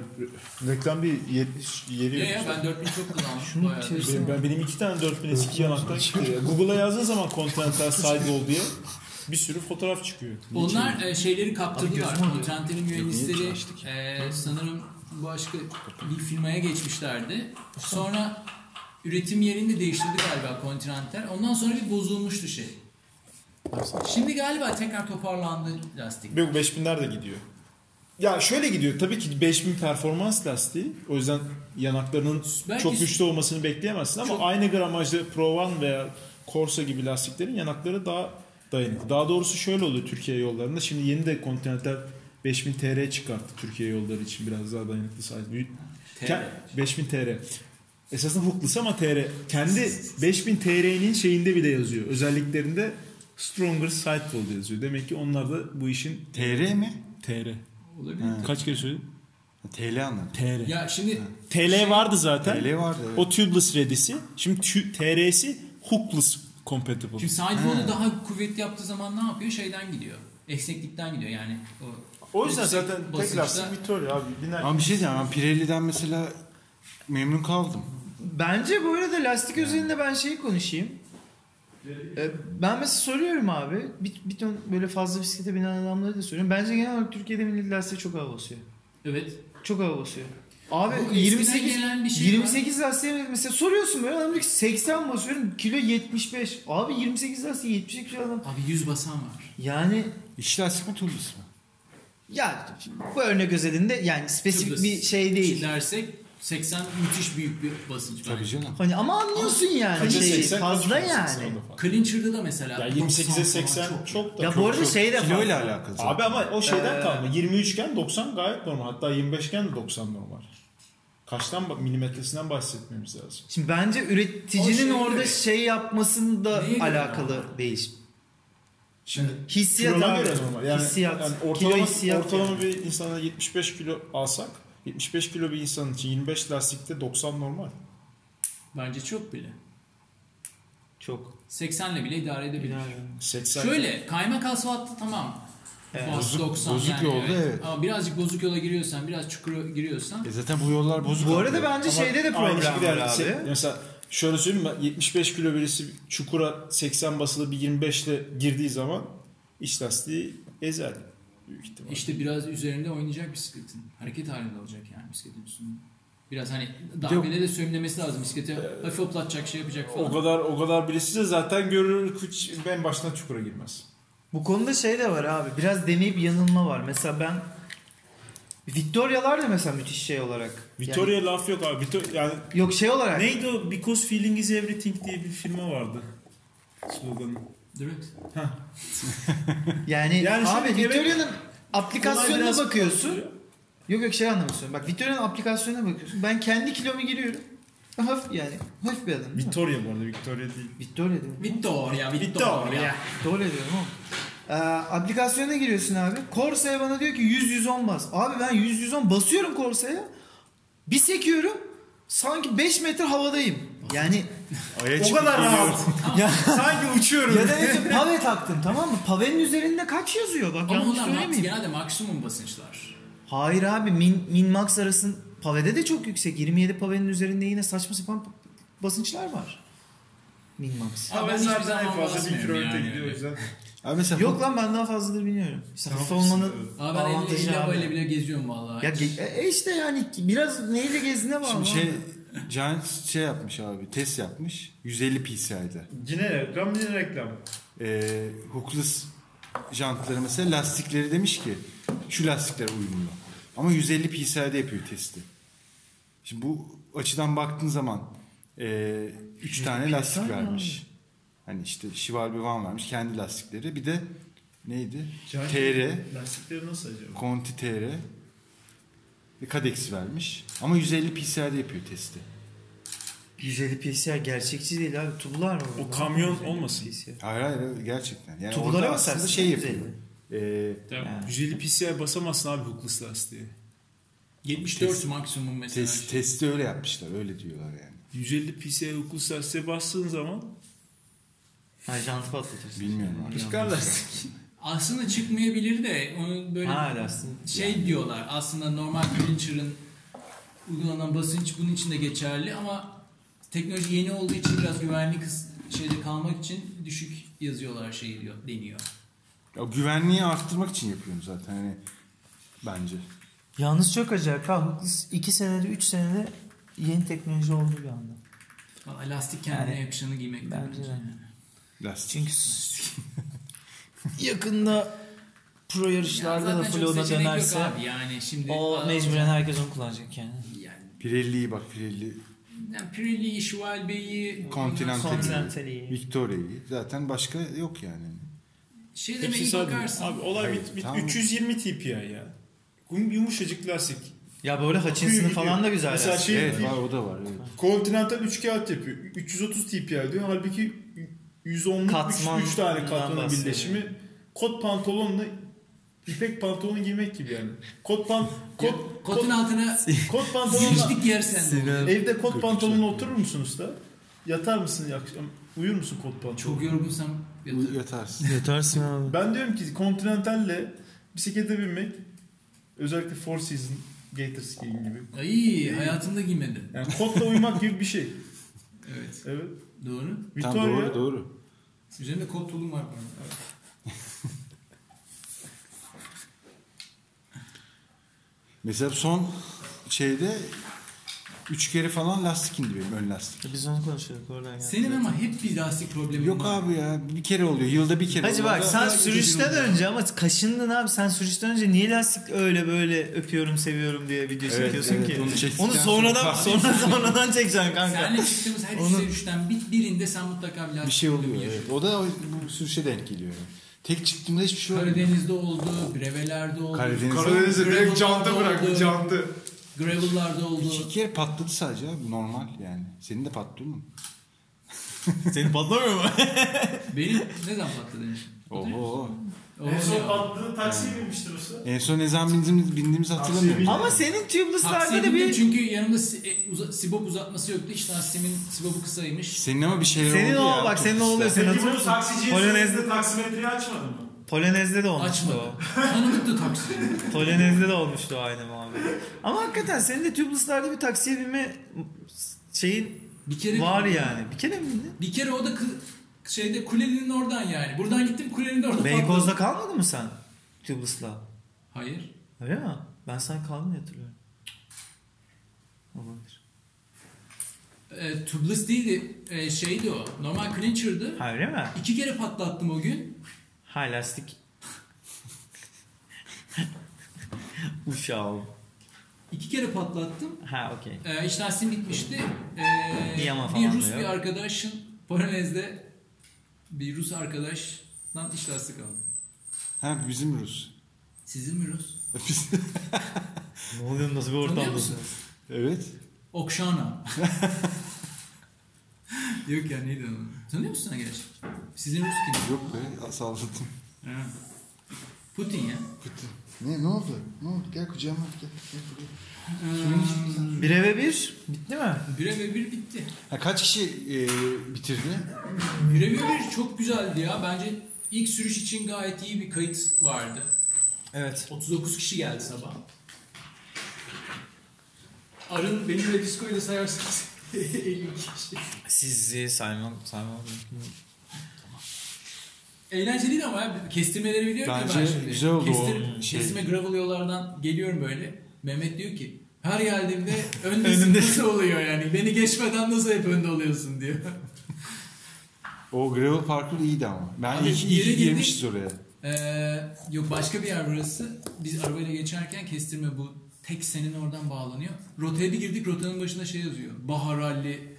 Speaker 6: Reklam bir yetmiş yeri
Speaker 4: Ya
Speaker 6: yok.
Speaker 4: ya ben 4000 çok kullandım.
Speaker 5: Şunu
Speaker 4: bayağı.
Speaker 5: içerisine-
Speaker 3: benim, ben, benim iki tane 4002 yanaktan çıkıyor. Google'a yazdığın zaman Continental Sidewall diye bir sürü fotoğraf çıkıyor.
Speaker 4: Onlar e, şeyleri
Speaker 5: Abi
Speaker 4: kaptırdılar.
Speaker 5: gözüm alıyor.
Speaker 4: Kontentin
Speaker 6: Niye
Speaker 4: mühendisleri
Speaker 6: çalıştık
Speaker 4: e, sanırım başka bir firmaya geçmişlerdi. Sonra üretim yerini de değiştirdi galiba Continental. Ondan sonra bir bozulmuştu şey. Şimdi galiba tekrar toparlandı lastik.
Speaker 3: Yok 5000'ler de gidiyor. Ya şöyle gidiyor. Tabii ki 5000 performans lastiği. O yüzden yanaklarının
Speaker 4: Belki-
Speaker 3: çok güçlü olmasını bekleyemezsin ama
Speaker 4: Çok-
Speaker 3: aynı gramajda Pro One veya Corsa gibi lastiklerin yanakları daha dayanıklı. Daha doğrusu şöyle oluyor Türkiye yollarında. Şimdi yeni de Continental 5000 TR çıkarttı Türkiye yolları için biraz daha dayanıklı size. Büyük- Ke- 5000 TR. Esasında hookless ama TR. Kendi 5000 TR'nin şeyinde bile yazıyor. Özelliklerinde Stronger Sidewall yazıyor. Demek ki onlar da bu işin
Speaker 6: TR mi?
Speaker 3: TR.
Speaker 4: Olabilir.
Speaker 3: Kaç kere söyledim?
Speaker 6: Ha, TL anladım.
Speaker 3: TR.
Speaker 4: Ya şimdi
Speaker 3: TL vardı zaten.
Speaker 6: TL vardı evet.
Speaker 3: O tubeless redisi. Şimdi tü- TR'si hookless compatible.
Speaker 4: şimdi sidewall'u daha kuvvetli yaptığı zaman ne yapıyor? Şeyden gidiyor. Ekseklikten gidiyor yani. O, yüksek basınçta-
Speaker 3: Vitoria abi.
Speaker 6: Ama bir şey diyeceğim. Ben Pirelli'den mesela memnun kaldım.
Speaker 5: Bence bu arada lastik üzerinde ben şeyi konuşayım. Ee, ben mesela soruyorum abi. Bir, bir ton böyle fazla bisiklete binen adamları da soruyorum. Bence genel olarak Türkiye'de millet lastiğe çok hava basıyor.
Speaker 4: Evet.
Speaker 5: Çok hava basıyor. Abi
Speaker 4: Bu eskiden
Speaker 5: 28
Speaker 4: gelen bir şey
Speaker 5: 28 lastiğe mesela soruyorsun böyle adam diyor ki 80 basıyorum kilo 75. Abi 28 lastiği 72 kilo adam.
Speaker 4: Abi 100 basan var.
Speaker 5: Yani
Speaker 6: İşte lastik mi turbüs mü?
Speaker 5: ya bu örnek özelinde yani spesifik
Speaker 4: Tubeless
Speaker 5: bir şey
Speaker 4: için
Speaker 5: değil.
Speaker 4: Dersek 80 müthiş büyük bir basınç.
Speaker 6: Tabii
Speaker 4: bence.
Speaker 6: canım.
Speaker 5: Hani ama anlıyorsun yani
Speaker 3: Kaça
Speaker 5: şeyi
Speaker 3: 80, kaç
Speaker 5: fazla
Speaker 3: kilo? 80
Speaker 5: yani.
Speaker 3: da falan.
Speaker 4: Clincher'da da mesela.
Speaker 3: Ya
Speaker 4: 90 falan
Speaker 3: 28'e 80
Speaker 4: çok.
Speaker 3: çok, da
Speaker 5: Ya bu arada şey de
Speaker 6: Kilo ile
Speaker 5: fazla.
Speaker 6: alakalı. zaten.
Speaker 3: Abi ama o şeyden
Speaker 5: Ee,
Speaker 3: kalma. 23 iken 90 gayet normal. Hatta 25 iken de 90 normal. Kaçtan ba- milimetresinden bahsetmemiz lazım.
Speaker 5: Şimdi bence
Speaker 4: O
Speaker 5: üreticinin
Speaker 4: şeye
Speaker 5: orada
Speaker 4: göre.
Speaker 5: şey yapmasının da
Speaker 4: Neye göre
Speaker 5: alakalı değiş.
Speaker 3: Şimdi
Speaker 5: Hissiyat
Speaker 3: kilona
Speaker 5: abi.
Speaker 3: göre normal. Yani,
Speaker 5: hissiyat.
Speaker 3: yani
Speaker 5: kilo
Speaker 3: ortalama,
Speaker 5: hissiyat.
Speaker 3: ortalama
Speaker 5: yani.
Speaker 3: bir insana 75 kilo alsak 75 kilo bir insan için 25 lastikte 90 normal.
Speaker 4: Bence çok bile.
Speaker 5: Çok.
Speaker 4: 80'le bile idare edebilir.
Speaker 3: 80
Speaker 4: Şöyle kaymak asfaltta tamam.
Speaker 5: Evet.
Speaker 4: Bas
Speaker 6: Bozuk-
Speaker 4: 90
Speaker 6: bozuk
Speaker 4: yani,
Speaker 6: yolda evet.
Speaker 4: Ama birazcık bozuk yola giriyorsan, biraz çukura giriyorsan
Speaker 6: E zaten bu yollar bozuk.
Speaker 5: Bu
Speaker 6: abi.
Speaker 5: arada bence
Speaker 3: Ama
Speaker 5: şeyde de
Speaker 3: aynı
Speaker 5: problem
Speaker 3: şekilde
Speaker 5: var
Speaker 3: yani se-
Speaker 5: abi.
Speaker 3: Mesela şöyle söyleyeyim mi? 75 kilo birisi çukura 80 basılı bir 25 ile girdiği zaman iç lastiği ezer. Büyük ihtimal.
Speaker 4: işte biraz üzerinde oynayacak bisikletin. Hareket halinde olacak yani bisikletin üstünde. Biraz hani
Speaker 6: Yok.
Speaker 4: darbede de sönümlemesi lazım bisikleti. hafif hoplatacak şey yapacak falan.
Speaker 3: O kadar o kadar birisi de zaten görür hiç en baştan çukura girmez.
Speaker 5: Bu konuda şey de var abi. Biraz deneyip yanılma var. Mesela ben Victoria'lar da mesela müthiş şey olarak. Yani-
Speaker 3: Victoria laf yok abi. Vito- yani
Speaker 5: yok şey olarak.
Speaker 3: neydi o Because Feeling is Everything diye bir firma vardı. Sloganı.
Speaker 4: Direkt.
Speaker 5: Yani,
Speaker 3: Yani
Speaker 5: abi
Speaker 3: şimdi gerek-
Speaker 5: Victoria'nın
Speaker 3: Kolay
Speaker 5: aplikasyonuna
Speaker 3: biraz-
Speaker 5: bakıyorsun. Yok yok şey anlamıyorsun. Bak Victoria'nın aplikasyonuna bakıyorsun. Ben kendi kilomu giriyorum. Hafif yani. Hafif bir adam. değil mi?
Speaker 3: Victoria bu arada Victoria değil.
Speaker 5: Victoria diyorum.
Speaker 4: Victoria, Victoria.
Speaker 3: Victoria.
Speaker 5: Victoria diyorum oğlum. Ee, aplikasyona giriyorsun abi. Corsa'ya bana diyor ki 100-110 bas. Abi ben 100-110 basıyorum Corsa'ya. Bir sekiyorum. Sanki 5 metre havadayım. Yani
Speaker 6: Aya
Speaker 3: O
Speaker 6: çıkıp
Speaker 3: kadar
Speaker 6: geliyor.
Speaker 3: rahat. Sanki uçuyorum.
Speaker 5: ya da neyse pave taktım tamam mı? Pavenin üzerinde kaç yazıyor bak
Speaker 4: Ama
Speaker 5: yanlış
Speaker 4: onlar maks-
Speaker 5: söylemeyeyim.
Speaker 4: genelde maksimum basınçlar.
Speaker 5: Hayır abi min, min max arasın pavede de çok yüksek. 27 pavenin üzerinde yine saçma sapan p- basınçlar var. Min max.
Speaker 4: Ama
Speaker 3: Ama
Speaker 4: ben hiçbir
Speaker 3: zaten en
Speaker 4: zaman
Speaker 3: fazla bir
Speaker 4: basmıyorum
Speaker 3: kilo
Speaker 4: yani.
Speaker 3: gidiyor o yüzden.
Speaker 6: Abi mesela
Speaker 5: Yok lan ben daha fazladır bilmiyorum. İşte hafif olmanın
Speaker 4: Abi ben elli-
Speaker 5: avantajı
Speaker 4: elli
Speaker 5: abi.
Speaker 4: havayla bile geziyorum vallahi.
Speaker 5: Ya ge- e- e işte yani biraz neyle gezdiğine bağlı.
Speaker 6: Şimdi
Speaker 5: abi.
Speaker 6: şey Giants şey yapmış abi test yapmış 150 PSI'de.
Speaker 3: Yine reklam yine reklam.
Speaker 6: Ee, hookless jantları mesela lastikleri demiş ki şu lastikler uyumlu. Ama 150 PSI'de yapıyor testi. Şimdi bu açıdan baktığın zaman 3 tane lastik
Speaker 5: PSI
Speaker 6: vermiş. Hani işte Shival Bivan vermiş kendi lastikleri. Bir de neydi? TR.
Speaker 3: Lastikleri nasıl acaba?
Speaker 6: Conti TR ve Cadex vermiş. Ama 150 PSR'de yapıyor testi.
Speaker 5: 150 PSI gerçekçi değil abi. Tubular mı?
Speaker 3: O
Speaker 5: bunlar?
Speaker 3: kamyon
Speaker 5: 150
Speaker 3: olmasın.
Speaker 5: PSI.
Speaker 6: Hayır hayır hayır, gerçekten. Yani
Speaker 5: Tubulara
Speaker 6: orada
Speaker 5: basarsın
Speaker 6: aslında şey
Speaker 5: ya,
Speaker 6: yapıyor.
Speaker 5: güzel.
Speaker 6: Ee,
Speaker 3: 150 PCI basamazsın abi hookless lastiği.
Speaker 4: 74 maksimum mesela.
Speaker 6: test, testi öyle yapmışlar. Öyle diyorlar yani.
Speaker 3: 150 PCI hookless lastiğe bastığın zaman
Speaker 5: Ha jantı patlatırsın.
Speaker 6: Bilmiyorum abi.
Speaker 3: lastik.
Speaker 4: Aslında çıkmayabilir de onu böyle
Speaker 5: Ha lastik.
Speaker 4: şey diyorlar. Aslında normal Clincher'ın uygulanan basınç bunun için de geçerli ama teknoloji yeni olduğu için biraz güvenlik kıs- şeyde kalmak için düşük yazıyorlar şey diyor deniyor.
Speaker 6: Ya güvenliği arttırmak için yapıyorum zaten. Hani bence.
Speaker 5: Yalnız çok acayip ha. Hookless 2 senede 3 senede yeni teknoloji oldu bir anda.
Speaker 4: Valla lastik kendine
Speaker 5: Yani,
Speaker 4: yakışanı giymek de
Speaker 5: bence
Speaker 4: bence.
Speaker 5: de.
Speaker 4: yani.
Speaker 6: Lastik.
Speaker 5: Çünkü s- yakında pro yarışlarda
Speaker 4: Ya
Speaker 5: da
Speaker 4: zaten çok
Speaker 5: flo'da
Speaker 4: seçenek yok
Speaker 5: dönerse
Speaker 4: abi yani şimdi
Speaker 5: o
Speaker 4: adam-
Speaker 5: mecburen herkes onu kullanacak yani.
Speaker 4: yani,
Speaker 6: Pirelli'yi bak Pirelli.
Speaker 4: yani Pirelli'yi, Schwalbe'yi,
Speaker 6: Continental'i.
Speaker 5: Kontinentali.
Speaker 6: Victoria'yı. Zaten başka yok yani.
Speaker 4: Şey
Speaker 3: Hepsi
Speaker 4: demeyi
Speaker 3: sabit.
Speaker 4: bakarsan.
Speaker 3: Abi olay
Speaker 6: Hayır,
Speaker 3: bit, bit,
Speaker 6: tamam.
Speaker 3: 320 TPI ya. Yum- Yumuşacık lastik.
Speaker 5: Ya böyle Hutchinson'ın
Speaker 3: Akıyor
Speaker 5: falan da
Speaker 3: gidiyor.
Speaker 5: güzel.
Speaker 3: Mesela
Speaker 5: aslında.
Speaker 3: şey
Speaker 6: Evet var o da var. Evet.
Speaker 3: Continental 3 kağıt yapıyor. 330 TPI diyor. Halbuki 110'luk 3,
Speaker 5: Katman-
Speaker 3: tane
Speaker 5: bundan
Speaker 3: katmanın
Speaker 5: bahsediyor.
Speaker 3: birleşimi. Kot pantolonla ipek pantolonu giymek gibi yani. Kot pant kot kot,
Speaker 4: Kotun altına
Speaker 3: kot pantolonla
Speaker 4: Sıçtık yersen de oluyor.
Speaker 3: evde kot pantolonla oturur musun usta? Yatar mısın akşam? Uyur musun kot pantolonla?
Speaker 4: Çok yorgunsam
Speaker 6: Uy-
Speaker 4: yatarım.
Speaker 6: Yatarsın.
Speaker 5: Yatarsın abi.
Speaker 3: Ben diyorum ki Continental'le bisiklete binmek özellikle Four Season Gator skiing gibi.
Speaker 4: Ay hayatımda giymedim.
Speaker 3: Yani kotla uyumak gibi bir şey.
Speaker 4: Evet.
Speaker 3: Evet.
Speaker 4: Doğru.
Speaker 6: Tam
Speaker 3: Victoria.
Speaker 6: doğru doğru.
Speaker 4: Üzerinde kot tulum var bana.
Speaker 6: Mesela son şeyde üç kere falan lastik indi benim ön lastik.
Speaker 5: Biz onu konuşuyorduk oradan geldi.
Speaker 4: Senin ama hep bir lastik problemin
Speaker 6: Yok
Speaker 4: var.
Speaker 6: abi ya bir kere oluyor. Yılda bir kere
Speaker 5: Hacı
Speaker 6: oluyor.
Speaker 5: bak sen
Speaker 6: Daha-
Speaker 5: sürüşten önce ama kaşındın abi sen sürüşten önce niye lastik öyle böyle öpüyorum seviyorum diye video çekiyorsun
Speaker 6: evet,
Speaker 5: ki?
Speaker 6: onu çektikten
Speaker 5: Onu sonradan
Speaker 6: sonra-
Speaker 5: sonra sonradan çekeceksin kanka.
Speaker 4: Senle çıktığımız her
Speaker 5: Onu-
Speaker 4: üç sürüşten bir, birinde sen mutlaka bir lastik
Speaker 6: Bir şey
Speaker 4: problemi
Speaker 6: oluyor.
Speaker 4: yaşıyorsun.
Speaker 6: Evet. O da bu sürüşe denk geliyor. yani. Tek çıktığımda hiçbir şey olmuyor.
Speaker 4: Karadeniz'de oldu, Breveler'de oldu.
Speaker 6: Karadeniz-
Speaker 7: Karadeniz'e
Speaker 4: Gravel'larda
Speaker 7: direkt canta bıraktı
Speaker 4: oldu,
Speaker 7: canta.
Speaker 4: Gravel'larda oldu.
Speaker 6: İki kere patladı sadece abi normal yani. Senin de patlıyor mu?
Speaker 5: Senin patlamıyor mu?
Speaker 4: Benim ne zaman patladı?
Speaker 6: Oho.
Speaker 3: En son
Speaker 4: ya.
Speaker 3: patladığı taksiye binmiştir usta.
Speaker 6: En son ne zaman bindiğimiz, bindiğimiz hatırlamıyorum.
Speaker 5: ama senin
Speaker 4: Taksiye
Speaker 5: tubeless'larda da
Speaker 4: bindim
Speaker 5: bir
Speaker 4: çünkü yanımda si- e, uza- Sibop uzatması yoktu. İşte Asim'in Sibop'u kısaymış.
Speaker 6: Senin ama bir şeyler
Speaker 5: senin
Speaker 6: oldu
Speaker 5: o
Speaker 6: ya.
Speaker 5: bak senin o oluyor senin
Speaker 3: Peki
Speaker 5: hatırlıyor
Speaker 3: bunu
Speaker 5: musun?
Speaker 3: taksiciye
Speaker 5: Polonez'de-
Speaker 3: söylediğinde taksimetreyi açmadı mı?
Speaker 5: Polonez'de de olmuştu
Speaker 4: Açmadı.
Speaker 5: o.
Speaker 4: Tanıdıktı taksiyi.
Speaker 5: Polonez'de de olmuştu o aynı muhabbet. Ama hakikaten senin de tubeless'larda bir taksiye binme şeyin
Speaker 4: Bir kere
Speaker 5: var yani. Bir kere mi bindin?
Speaker 4: Bir kere o da kı- şeyde kulenin oradan yani. Buradan gittim kulenin de orada patladı.
Speaker 5: Beykoz'da kalmadın mı sen tubeless'la?
Speaker 4: Hayır.
Speaker 5: Öyle mi? Ben sen kaldın diye hatırlıyorum. Olabilir.
Speaker 4: E, tubeless değildi. E, şeydi o. Normal clincher'dı.
Speaker 5: Ha öyle mi?
Speaker 4: İki kere patlattım o gün.
Speaker 5: Ha lastik. Uşağım.
Speaker 4: İki kere patlattım.
Speaker 5: Ha okey.
Speaker 4: E, işte Asim gitmişti. E,
Speaker 5: Yama
Speaker 4: bir
Speaker 5: falan
Speaker 4: Rus
Speaker 5: da yok.
Speaker 4: bir arkadaşın Polonez'de bir Rus arkadaştan iş lastik aldım.
Speaker 6: Ha bizim Rus.
Speaker 4: Sizin mi Rus?
Speaker 6: Biz-
Speaker 5: Ne oluyor nasıl bir
Speaker 4: Tanıyor
Speaker 5: ortamdasın?
Speaker 4: musunuz?
Speaker 6: evet.
Speaker 4: Okşana. Yok ya neydi onun? Tanıyor musun sen gerçi? Sizin Rus kim?
Speaker 6: Yok be salladım.
Speaker 4: Ha. Putin ya.
Speaker 6: Ne, ne oldu? Ne oldu? Gel kucağıma gel. gel buraya.
Speaker 5: Bire ve bir. Bitti mi?
Speaker 4: Bire ve bir bitti.
Speaker 6: Ha, kaç kişi e, bitirdi?
Speaker 4: Bire ve bir çok güzeldi ya. Bence ilk sürüş için gayet iyi bir kayıt vardı.
Speaker 5: Evet.
Speaker 4: 39 kişi geldi sabah. Arın beni ve Disko'yu da sayarsanız 52 kişi.
Speaker 5: Sizi saymam saymam.
Speaker 4: Eğlenceliydi ama ya. Kestirmeleri biliyorum ya ben
Speaker 6: Bence
Speaker 4: şimdi.
Speaker 6: güzel oldu
Speaker 4: Kestir-
Speaker 6: o şey.
Speaker 4: Kestirme gravel yollardan geliyorum böyle. Mehmet diyor ki her geldiğimde önde
Speaker 5: Önümde-
Speaker 4: nasıl oluyor yani? Beni geçmeden nasıl hep önde oluyorsun diyor.
Speaker 6: O gravel parkur iyiydi ama. Ben
Speaker 4: Abi,
Speaker 6: ilk,
Speaker 4: yere
Speaker 6: ilk
Speaker 4: girdik.
Speaker 6: girmişiz oraya.
Speaker 4: Ee, yok başka bir yer burası. Biz arabayla geçerken kestirme bu tek senin oradan bağlanıyor. Rotaya bir girdik rotanın başında şey yazıyor. Baharalli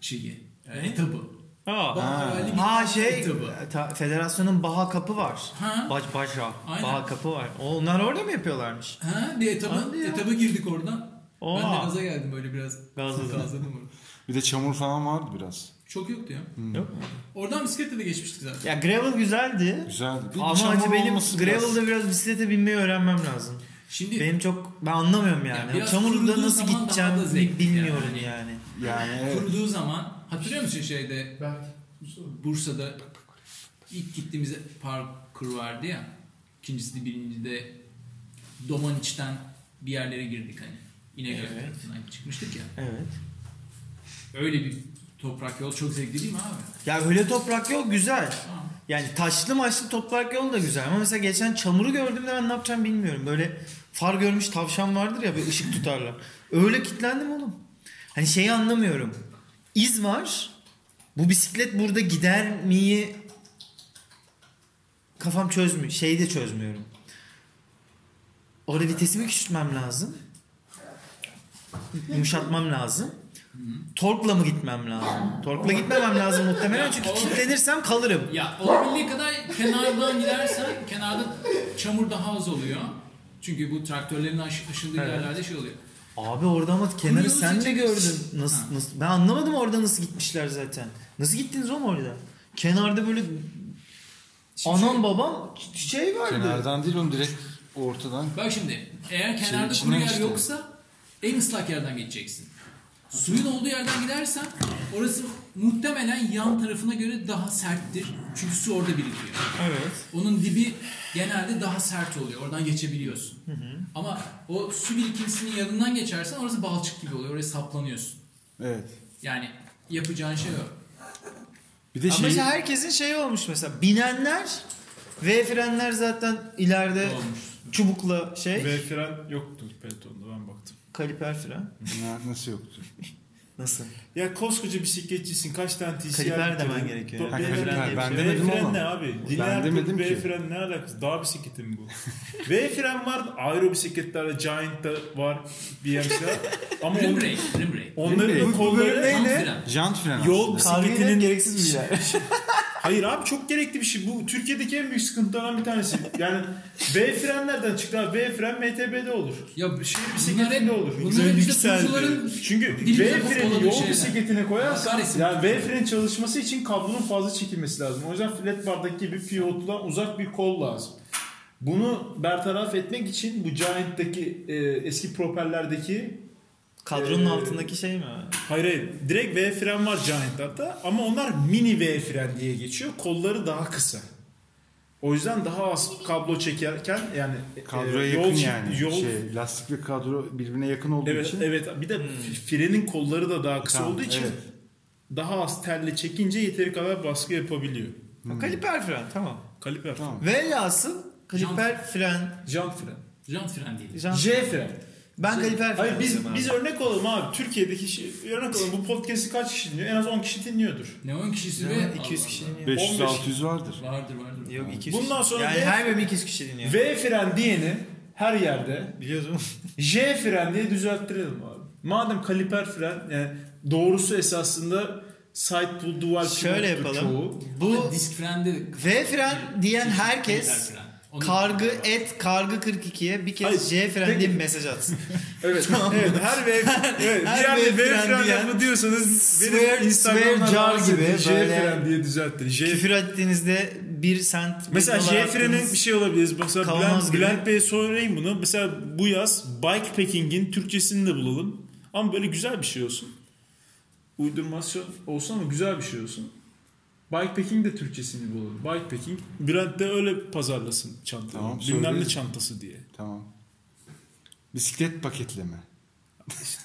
Speaker 4: şeyi. e, etabı.
Speaker 5: Aa.
Speaker 4: Baharalli
Speaker 5: Ha şey
Speaker 4: etabı.
Speaker 5: ta- federasyonun baha kapı var.
Speaker 4: Ha.
Speaker 5: Baş başa.
Speaker 4: Aynen.
Speaker 5: Baha kapı var. O, Onlar orada mı yapıyorlarmış?
Speaker 4: Ha bir etabı,
Speaker 5: Hadi ya.
Speaker 4: etabı girdik oradan. Ben de
Speaker 5: Oha.
Speaker 4: gaza geldim böyle biraz.
Speaker 5: Gazladın.
Speaker 4: Gazladım orada.
Speaker 6: Bir de çamur falan vardı biraz.
Speaker 4: Çok yoktu ya.
Speaker 5: Yok mu?
Speaker 4: Oradan bisikletle de geçmiştik zaten.
Speaker 5: Ya gravel güzeldi.
Speaker 6: Güzeldi. Bir
Speaker 5: Ama
Speaker 6: çamur
Speaker 5: hacı benim
Speaker 6: olması biraz-
Speaker 5: gravel'da biraz bisiklete binmeyi öğrenmem lazım.
Speaker 4: Şimdi
Speaker 5: Benim çok ben anlamıyorum
Speaker 4: Ya
Speaker 5: yani.
Speaker 4: biraz
Speaker 5: Çamurda
Speaker 4: kuruduğu
Speaker 5: nasıl
Speaker 4: zaman daha
Speaker 5: gideceğim
Speaker 4: da zevkli
Speaker 5: bilmiyorum
Speaker 4: yani.
Speaker 5: yani.
Speaker 6: Yani evet.
Speaker 4: kuruduğu zaman hatırlıyor musun şeyde Bursa'da ilk gittiğimiz parkur vardı ya. İkincisi de birinci de Domaniç'ten bir yerlere girdik hani. İnegöl
Speaker 5: Evet.
Speaker 4: tarafından çıkmıştık ya.
Speaker 5: Evet.
Speaker 4: Öyle bir toprak yol çok zevkli değil mi abi?
Speaker 5: Ya öyle toprak yol güzel.
Speaker 4: Tamam.
Speaker 5: Yani taşlı maçlı toprak yol da güzel ama mesela geçen çamuru gördüğümde ben ne yapacağım bilmiyorum. Böyle far görmüş tavşan vardır ya bir ışık tutarlar. Öyle kilitlendim oğlum. Hani şeyi anlamıyorum. İz var. Bu bisiklet burada gider miyi kafam çözmüyor. Şeyi de çözmüyorum. Orada vitesimi küçültmem lazım. Yumuşatmam lazım. Torkla mı gitmem lazım? Torkla gitmemem lazım muhtemelen çünkü kilitlenirsem kalırım.
Speaker 4: Ya olabildiği kadar kenardan gidersen kenarda çamur daha az oluyor. Çünkü bu traktörlerin aş- aşındığı
Speaker 5: Evet.
Speaker 4: yerlerde şey oluyor.
Speaker 5: Abi orada ama
Speaker 4: Bunu
Speaker 5: kenarı
Speaker 4: yolu
Speaker 5: sen de
Speaker 4: seçecek-
Speaker 5: gördün. Nasıl,
Speaker 4: Ha.
Speaker 5: nasıl? Ben anlamadım orada nasıl gitmişler zaten. Nasıl gittiniz oğlum orada? Kenarda böyle
Speaker 4: Şimdi
Speaker 5: anam babam şey vardı.
Speaker 6: Kenardan değil oğlum direkt ortadan.
Speaker 4: Bak şimdi eğer kenarda
Speaker 6: içinden
Speaker 4: kuru yer
Speaker 6: işte.
Speaker 4: yoksa en ıslak yerden geçeceksin. Suyun olduğu yerden gidersen orası muhtemelen yan tarafına göre daha serttir. Çünkü su orada birikiyor.
Speaker 5: Evet.
Speaker 4: Onun dibi genelde daha sert oluyor. Oradan geçebiliyorsun. Ama o su birikintisinin yanından geçersen orası balçık gibi oluyor. Oraya saplanıyorsun.
Speaker 6: Evet.
Speaker 4: Yani yapacağın şey o.
Speaker 6: Bir de
Speaker 5: Ama
Speaker 6: şey
Speaker 5: işte herkesin şeyi olmuş mesela. Binenler ve frenler zaten ileride
Speaker 4: Olmuş.
Speaker 5: çubukla şey.
Speaker 3: Ve fren yoktu Peloton'da ben baktım.
Speaker 5: kaliper fren.
Speaker 6: Ya, nasıl yoktu?
Speaker 5: Nasıl?
Speaker 3: Ya koskoca bisikletçisin kaç tane TCR
Speaker 5: Kaliper
Speaker 3: bitirdin?
Speaker 5: demen gerekiyor.
Speaker 3: Do-
Speaker 6: Ha,
Speaker 3: B
Speaker 6: kaliper.
Speaker 3: fren- şey.
Speaker 6: Ben
Speaker 3: B
Speaker 6: demedim
Speaker 3: fren
Speaker 6: ama.
Speaker 3: ne abi?
Speaker 6: Ben
Speaker 3: Lineer
Speaker 6: demedim
Speaker 3: demedim B
Speaker 6: ki.
Speaker 3: fren ne alakası? Dağ bisikleti mi bu? B fren var. Aero bisikletlerde Giant'ta var. BMW'de. ama
Speaker 4: Rim
Speaker 3: on,
Speaker 4: brake, rim brake.
Speaker 6: Rim
Speaker 3: onların
Speaker 6: brake.
Speaker 3: da
Speaker 6: Bu
Speaker 3: kolları
Speaker 6: böyle
Speaker 4: Tam
Speaker 6: Neyle?
Speaker 4: fren.
Speaker 6: Jant fren
Speaker 3: Yol
Speaker 5: Kavga
Speaker 3: bisikletinin
Speaker 5: gereksiz bilgiler.
Speaker 3: Hayır abi çok gerekli bir şey. Bu Türkiye'deki en büyük sıkıntılardan bir tanesi. Yani B fren nereden çıktı abi? B fren MTB'de olur.
Speaker 4: Ya şey
Speaker 3: Bisikletinde olur.
Speaker 4: Bunlar hep işte
Speaker 5: Yükseldi.
Speaker 4: sunucuların
Speaker 3: Çünkü
Speaker 4: Dilimize
Speaker 3: V
Speaker 4: olan
Speaker 3: freni
Speaker 4: bir
Speaker 3: yol
Speaker 4: şeyler.
Speaker 3: bisikletine koyarsan
Speaker 4: Kahretsin.
Speaker 3: yani V freni çalışması için kablonun fazla çekilmesi lazım. O yüzden flat bardaki gibi pivotla uzak bir kol lazım. Bunu bertaraf etmek için bu Giant'taki e, eski propellerdeki
Speaker 5: Kadronun
Speaker 3: Ee,
Speaker 5: altındaki şey mi?
Speaker 3: hayır hayır direkt V fren var Giant'larda da, ama onlar mini V fren diye geçiyor. Kolları daha kısa. O yüzden daha az kablo çekerken yani e,
Speaker 6: Kadroya
Speaker 3: yol
Speaker 6: yakın
Speaker 3: çi-
Speaker 6: yani.
Speaker 3: yol
Speaker 6: Şey, lastik ve kadro birbirine yakın olduğu
Speaker 3: Evet,
Speaker 6: için.
Speaker 3: evet. Bir de frenin kolları da daha kısa
Speaker 6: Tamam,
Speaker 3: olduğu için
Speaker 6: evet.
Speaker 3: daha az terle çekince yeteri kadar baskı yapabiliyor.
Speaker 5: Hmm. Kaliper fren tamam.
Speaker 3: Kaliper.
Speaker 6: Tamam.
Speaker 5: Velhasıl kaliper fren.
Speaker 3: Jant fren.
Speaker 4: jant fren değil.
Speaker 5: jant-
Speaker 3: J fren.
Speaker 5: Ben kaliper fren.
Speaker 3: Hayır biz
Speaker 5: diyorum abi.
Speaker 3: biz örnek olalım abi. Türkiye'deki şey, örnek olalım. Bu podcast'i kaç kişi dinliyor? En az 10 kişi dinliyordur.
Speaker 4: Ne 10 kişisi
Speaker 5: Ya,
Speaker 4: ve
Speaker 5: 200
Speaker 4: Allah
Speaker 5: kişi
Speaker 4: Allah.
Speaker 5: dinliyor.
Speaker 6: 500-600 vardır.
Speaker 4: Vardır vardır.
Speaker 5: Yok 200
Speaker 3: Bundan
Speaker 5: kişi.
Speaker 3: sonra
Speaker 5: yani
Speaker 3: ne-
Speaker 5: her bölüm 200 kişi dinliyor.
Speaker 3: V fren diyeni her yerde
Speaker 5: Biliyorsun.
Speaker 3: J fren diye düzelttirelim abi. Madem kaliper fren yani doğrusu esasında side pull dual
Speaker 5: Şöyle
Speaker 3: pivottur
Speaker 5: yapalım.
Speaker 3: çoğu.
Speaker 5: Bu
Speaker 4: Ama disk frende Şey,
Speaker 5: V fren diyen herkes kargı et kargı 42'ye bir
Speaker 3: Hayır,
Speaker 5: kez J fren
Speaker 3: peki.
Speaker 5: diye bir mesaj atsın.
Speaker 3: Evet. evet. Her V evet.
Speaker 5: Her
Speaker 3: diğer
Speaker 5: V
Speaker 3: V
Speaker 5: fren
Speaker 3: fren
Speaker 5: diyen-
Speaker 3: lafı diyorsanız benim
Speaker 5: Swear-
Speaker 3: Instagram'dan
Speaker 5: swear jar
Speaker 3: rahatsız
Speaker 5: gibi
Speaker 3: edin. J
Speaker 5: böyle-
Speaker 3: fren diye düzelttin. J
Speaker 5: Küfür ettiğinizde 1 sent bir
Speaker 3: Mesela
Speaker 5: dolar
Speaker 3: J frenin
Speaker 5: attınız.
Speaker 3: bir şey olabilir. Mesela
Speaker 5: Kavanoz
Speaker 3: Bülent,
Speaker 5: gibi.
Speaker 3: Bülent Bey'e sorayım bunu. Mesela bu yaz bikepacking'in Türkçesini de bulalım. Ama böyle güzel bir şey olsun. Uydurmasyon olsun ama güzel bir şey olsun. Bikepacking de Türkçesini bulalım. Bikepacking. Bülent de öyle pazarlasın çantayı.
Speaker 6: Tamam,
Speaker 3: Bilmem ne
Speaker 6: söyleriz.
Speaker 3: çantası diye.
Speaker 6: Tamam. Bisiklet paketleme.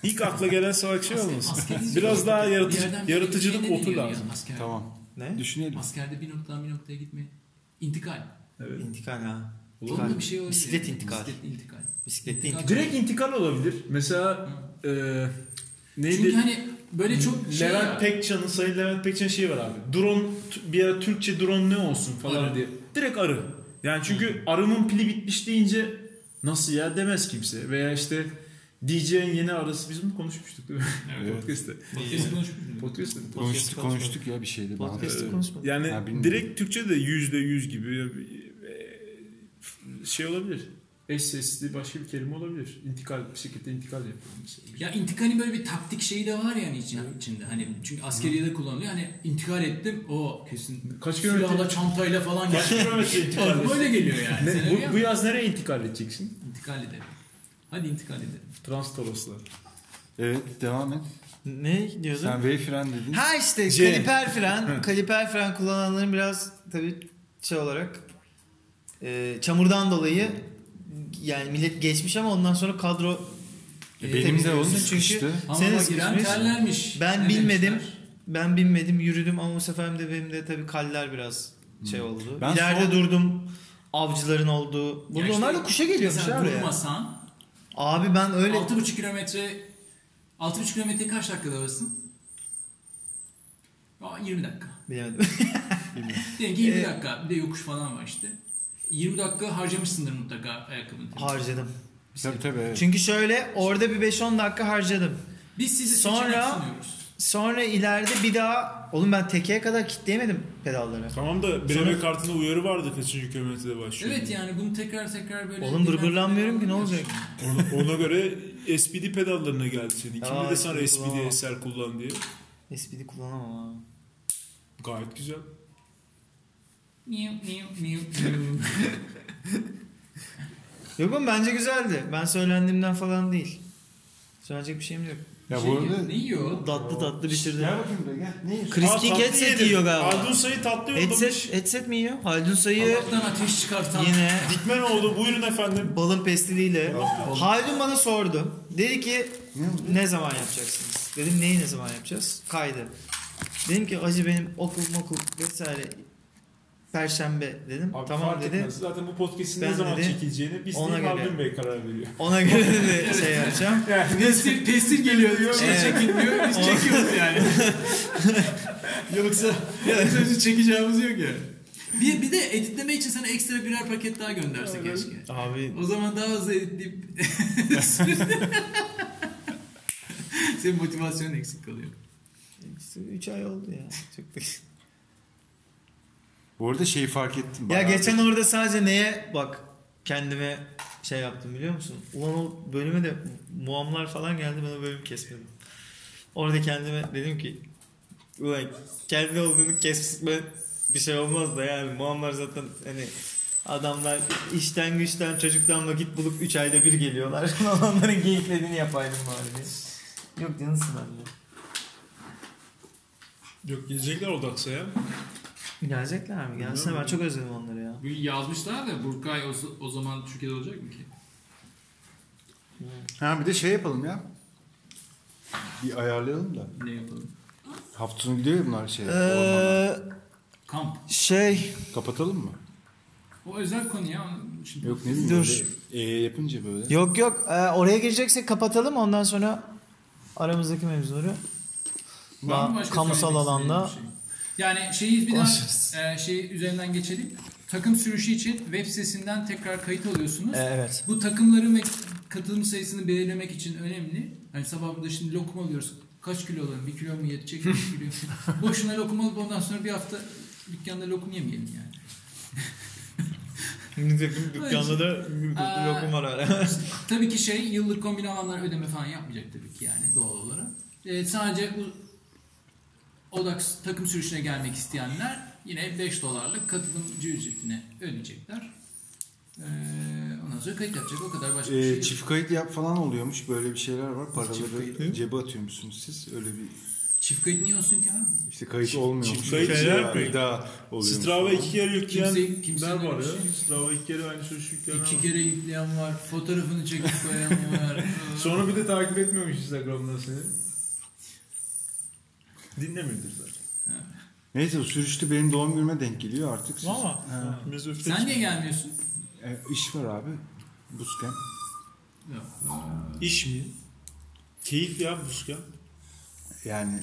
Speaker 3: İlk akla gelen salak şey olmasın.
Speaker 4: askerin-
Speaker 3: Biraz daha yaratıcı-
Speaker 4: Bir yerden bir
Speaker 3: yaratıcılık
Speaker 4: yerine
Speaker 3: otu
Speaker 4: deniyor ya,
Speaker 3: lazım.
Speaker 4: asker.
Speaker 6: Tamam.
Speaker 5: Ne?
Speaker 6: Düşünelim.
Speaker 4: Askerde bir noktadan bir noktaya gitme. İntikal.
Speaker 3: Evet.
Speaker 5: İntikal ha. İntikal.
Speaker 4: Yolda bir şey olabilir.
Speaker 5: hani Bisiklet intikal.
Speaker 4: Bisiklet intikal.
Speaker 5: Bisikletli
Speaker 4: İntikal.
Speaker 5: intikal.
Speaker 3: Direkt intikal olabilir. Mesela eee neydi?
Speaker 4: Çünkü hani böyle çok şey
Speaker 3: Levent
Speaker 4: ya.
Speaker 3: Pekcan'ın, Sayın Levent Pekcan'ın şeyi var abi. Drone, t- bir ara Türkçe drone ne olsun falan
Speaker 4: Arı.
Speaker 3: diye. Direkt arı. Yani çünkü arımın pili bitmiş deyince nasıl ya demez kimse. Veya işte DJ'nin yeni arası. Biz bunu konuşmuştuk değil mi?
Speaker 6: Evet.
Speaker 3: Podcast'te.
Speaker 4: Podcast konuşmuş muydu?
Speaker 3: Podcast'te mi?
Speaker 6: Konuştuk konuştuk ya bir şeydi. bana.
Speaker 5: Podcast'ı konuşmadık.
Speaker 3: Yani
Speaker 6: Ha, bilmiyorum.
Speaker 3: direkt Türkçe de yüzde yüz gibi eee, şey olabilir. Eş sesli başka bir kelime olabilir. İntikal, bisiklette intikal yapalım mesela.
Speaker 4: Ya intikalin böyle bir taktik şeyi de var yani içi- içinde. Hani çünkü askeriyede kullanılıyor. Hani intikal ettim. O kesin
Speaker 3: Kaç kilometre-
Speaker 4: silahla çantayla falan
Speaker 3: Kaç
Speaker 4: geldi.
Speaker 3: kilometre intikal
Speaker 4: Yani
Speaker 3: ediyorsun?
Speaker 4: böyle geliyor yani.
Speaker 3: Ne-
Speaker 4: Sen
Speaker 3: şey bu,
Speaker 4: bu,
Speaker 3: bu yaz nereye intikal edeceksin?
Speaker 4: İntikal edelim. Hadi intikal edelim.
Speaker 3: Trans Toroslar.
Speaker 6: Evet devam et.
Speaker 5: Ne diyorsun?
Speaker 6: Sen Wayfren dedin.
Speaker 5: Ha işte
Speaker 3: C.
Speaker 5: kaliper fren. kaliper fren kullananların biraz tabii şey olarak e, çamurdan dolayı yani millet geçmiş ama ondan sonra kadro
Speaker 6: E,
Speaker 5: e,
Speaker 6: benim de oğlum
Speaker 5: temizliyorsun. Çünkü
Speaker 6: sıkıştı.
Speaker 4: Hamama
Speaker 5: Senin
Speaker 4: giren
Speaker 5: sıkışmış.
Speaker 4: terlermiş.
Speaker 5: Ben
Speaker 4: Ne
Speaker 5: bilmedim.
Speaker 4: demişler?
Speaker 5: Ben binmedim yürüdüm ama bu sefer de benim de tabii kaller biraz şey oldu.
Speaker 6: Hmm. Ben
Speaker 5: İleride
Speaker 6: son-
Speaker 5: durdum. Avcıların olduğu. Burada
Speaker 4: Ya işte
Speaker 5: onlar da kuşa geliyormuş
Speaker 4: mesela
Speaker 5: abi. ya.
Speaker 4: Durmasan
Speaker 5: Abi ben öyle
Speaker 4: 6,5 kilometre 6,5 kilometre kaç dakikada varırsın? Aa, 20 dakika.
Speaker 5: bilemedim.
Speaker 4: Diyelim ki 20
Speaker 5: Ee,
Speaker 4: dakika. Bir de yokuş falan var işte. 20 dakika harcamışsındır mutlaka ayakkabını.
Speaker 5: harcadım.
Speaker 6: Tabii tabii. evet.
Speaker 5: Çünkü şöyle orada bir 5-10 dakika harcadım.
Speaker 4: Biz sizi
Speaker 5: Sonra-
Speaker 4: Sonra... sunuyoruz.
Speaker 5: Sonra ileride bir daha oğlum ben tekeye kadar kitleyemedim pedalları.
Speaker 3: Tamam da BMW kartında uyarı vardı kaçıncı kilometrede başlıyor.
Speaker 4: Evet yani bunu tekrar tekrar böyle...
Speaker 5: Oğlum gırgırlanmıyorum ki, ne olacak?
Speaker 3: Ona, ona göre SPD pedallarına geldi senin. Kim
Speaker 5: Aa,
Speaker 3: dedi sana
Speaker 5: SPD
Speaker 3: SPD
Speaker 5: kullanamam.
Speaker 3: eser kullan diye.
Speaker 5: SPD kullanamam abi.
Speaker 3: Gayet güzel.
Speaker 4: Miu miu miu miu.
Speaker 5: Yok oğlum bence güzeldi. Ben söylendiğimden falan değil. Söyleyecek bir şeyim yok.
Speaker 6: Ya
Speaker 4: Şey,
Speaker 6: bu arada...
Speaker 4: Ne yiyor?
Speaker 5: Tatlı tatlı şey. bitirdi.
Speaker 6: bakayım be gel. Ne yiyorsun?
Speaker 5: Christy
Speaker 3: tatlı
Speaker 5: Headset
Speaker 3: yedim.
Speaker 5: yiyor galiba.
Speaker 3: Haldun Say'ı tatlı yollamış.
Speaker 5: Headset, headset mi yiyor? Haldun Say'ı
Speaker 4: Allah'tan ateş çıkartan.
Speaker 5: yine
Speaker 3: Dikmen oldu buyurun efendim.
Speaker 5: balın pestiliyle. Haldun bana sordu. Dedi ki ne zaman yapacaksınız? Dedim neyi ne zaman yapacağız? Kaydı. Dedim ki acı benim okul okul vesaire Perşembe dedim.
Speaker 3: Abi
Speaker 5: tamam
Speaker 3: fark
Speaker 5: dedi.
Speaker 3: etmez. Zaten bu podcast'in ne
Speaker 5: Ben
Speaker 3: zaman
Speaker 5: dedi,
Speaker 3: çekileceğini biz
Speaker 5: ona
Speaker 3: değil
Speaker 5: göre.
Speaker 3: Abdül Bey karar veriyor.
Speaker 5: Ona göre de şey yapacağım.
Speaker 4: Pestil, pestil geliyor diyor. Şey
Speaker 5: Evet.
Speaker 4: çekilmiyor. Biz çekiyoruz yani. Yoksa sözü çekeceğimiz yok yani. Bir, bir de editleme için sana ekstra birer paket daha gönderse keşke.
Speaker 5: Abi
Speaker 4: O zaman daha hızlı editleyip... Senin motivasyonun eksik kalıyor.
Speaker 5: 3 ay oldu ya. Çok da-
Speaker 6: Bu arada şeyi fark ettim.
Speaker 5: ya
Speaker 6: bayağı
Speaker 5: geçen orada sadece neye bak kendime şey yaptım biliyor musun? Ulan o bölüme de muamlar falan geldi ben o bölümü kesmedim. Orada kendime dedim ki ulan kendi olduğunu kesme bir şey olmaz da yani muamlar zaten hani adamlar işten güçten çocuktan vakit bulup 3 ayda bir geliyorlar. Onların geyiklediğini yapaydım bari. diye. Yok canım sınavlı.
Speaker 3: Yok gelecekler odaksa ya.
Speaker 5: Gelecekler mi? Gelsene ben çok özledim onları ya.
Speaker 4: Bir yazmışlar da Burkay o, o zaman Türkiye'de olacak mı ki?
Speaker 6: Ha bir de şey yapalım ya. Bir ayarlayalım da.
Speaker 4: Ne yapalım?
Speaker 6: Hafta sonu gidiyor ya bunlar şey. ormana.
Speaker 5: Ee,
Speaker 4: Kamp.
Speaker 5: şey
Speaker 6: Kapatalım mı?
Speaker 4: O özel konu ya. onu Şimdi
Speaker 6: Yok ne bileyim.
Speaker 5: Dur.
Speaker 6: böyle, ee, yapınca böyle.
Speaker 5: yok yok Ee, oraya gireceksek kapatalım ondan sonra aramızdaki mevzuları
Speaker 4: Var mı
Speaker 5: daha
Speaker 4: başka
Speaker 5: kamusal
Speaker 4: söylemek
Speaker 5: alanda
Speaker 4: istediğin bir şey? Yani şeyi bir daha e, şey üzerinden geçelim. Takım sürüşü için web sitesinden tekrar kayıt alıyorsunuz.
Speaker 5: Ee, evet
Speaker 4: Bu takımların ve katılım sayısını belirlemek için önemli. Hani sabah burada şimdi lokum alıyoruz. Kaç kilo alalım? Bir kilo mu yetecek? Bir kilo. mu? Boşuna lokum alıp ondan sonra bir hafta dükkanda lokum yemeyelim yani.
Speaker 5: dükkanda da
Speaker 4: Aa.
Speaker 5: lokum var hala
Speaker 4: Tabii ki şey yıllık kombin alanlar ödeme falan yapmayacak tabii ki yani doğal olarak. Ee, sadece bu Odax takım sürüşüne gelmek isteyenler yine 5 dolarlık katılımcı ücretine ödeyecekler. Ee, ondan sonra kayıt yapacak o kadar başka bir şey
Speaker 6: Ee,
Speaker 4: yok.
Speaker 6: çift kayıt yap falan oluyormuş. Böyle bir şeyler var. Paraları cebe atıyormuşsunuz siz. Öyle bir
Speaker 4: Çift kayıt niye olsun ki abi?
Speaker 6: işte kayıt olmuyor.
Speaker 3: çift kayıt şeyler mi?
Speaker 6: Daha oluyor.
Speaker 3: Strava iki kere
Speaker 4: Kimse- kimse
Speaker 3: yükleyenler var
Speaker 4: öyle bir
Speaker 3: ya. Strava iki kere aynı sözü yükleyenler
Speaker 4: İki
Speaker 3: var.
Speaker 4: kere yükleyen var, fotoğrafını çekip koyan var. Ee,
Speaker 3: Sonra bir de takip etmiyormuş Instagram'dan seni. Dinlemiyordur zaten.
Speaker 6: Neyse o sürüştü benim doğum günüme denk geliyor artık. Siz,
Speaker 3: Valla.
Speaker 4: Sen niye gelmiyorsun?
Speaker 6: e, iş var abi. Busken.
Speaker 4: Yok.
Speaker 3: İş mi? Keyif ya Buskem.
Speaker 6: Yani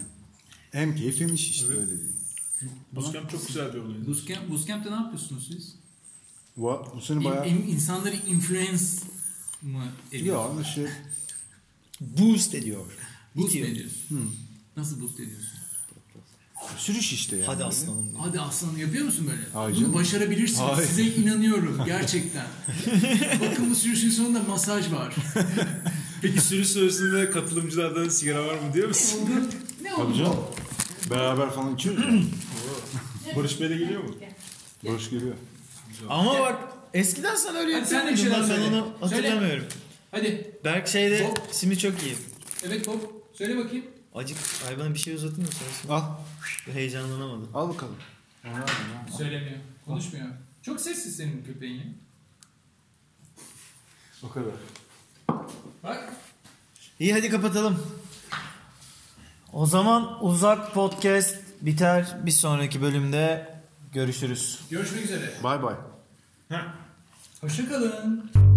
Speaker 6: hem keyif hem iş işte öyle bir.
Speaker 3: Buskem çok güzel bir olaydı.
Speaker 4: Bootcamp, bootcamp'te ne yapıyorsunuz siz?
Speaker 6: Va- Bu sene bayağı...
Speaker 4: İn, in- insanları influence mı
Speaker 6: Ya
Speaker 4: ediyorsunuz?
Speaker 6: ama şey
Speaker 5: boost ediyor
Speaker 4: Boost mu ediyorsun?
Speaker 6: Hmm.
Speaker 4: Nasıl boost ediyorsun?
Speaker 6: sürüş işte yani.
Speaker 5: hadi aslanım
Speaker 4: Hadi aslanım yapıyor musun böyle?
Speaker 6: Hayır
Speaker 4: Bunu
Speaker 6: canım.
Speaker 4: başarabilirsiniz.
Speaker 6: Hayır.
Speaker 4: Size inanıyorum gerçekten. Bakın bu sürüşün sonunda masaj var.
Speaker 3: Peki sürü sırasında katılımcılardan sigara var mı diyor musun?
Speaker 4: Oldu. ne
Speaker 6: Tabii
Speaker 4: oldu?
Speaker 6: canım. Beraber falan içiyoruz. ya.
Speaker 3: Barış Bey de geliyor mu?
Speaker 6: Barış geliyor.
Speaker 5: ama bak eskiden sana öyle
Speaker 4: Hadi sen de bir
Speaker 5: yapıyordun lan,
Speaker 4: şeyler
Speaker 5: ben
Speaker 4: söyle.
Speaker 5: onu hatırlamıyorum
Speaker 4: Hadi.
Speaker 5: Berk şeyde
Speaker 4: Hop.
Speaker 5: şimdi çok iyi
Speaker 4: Evet Bob. Söyle bakayım.
Speaker 5: acık ay bana bir şey uzatın mı sonrasında
Speaker 6: Al.
Speaker 5: heyecanlanamadım
Speaker 6: Al bakalım.
Speaker 4: Söylemiyor. Konuşmuyor. Çok sessiz senin köpeğin ya.
Speaker 6: O kadar.
Speaker 4: Bak.
Speaker 5: İyi hadi kapatalım. O zaman uzak podcast biter. Bir sonraki bölümde görüşürüz.
Speaker 4: Görüşmek üzere.
Speaker 6: Bay bay.
Speaker 4: Hoşça kalın.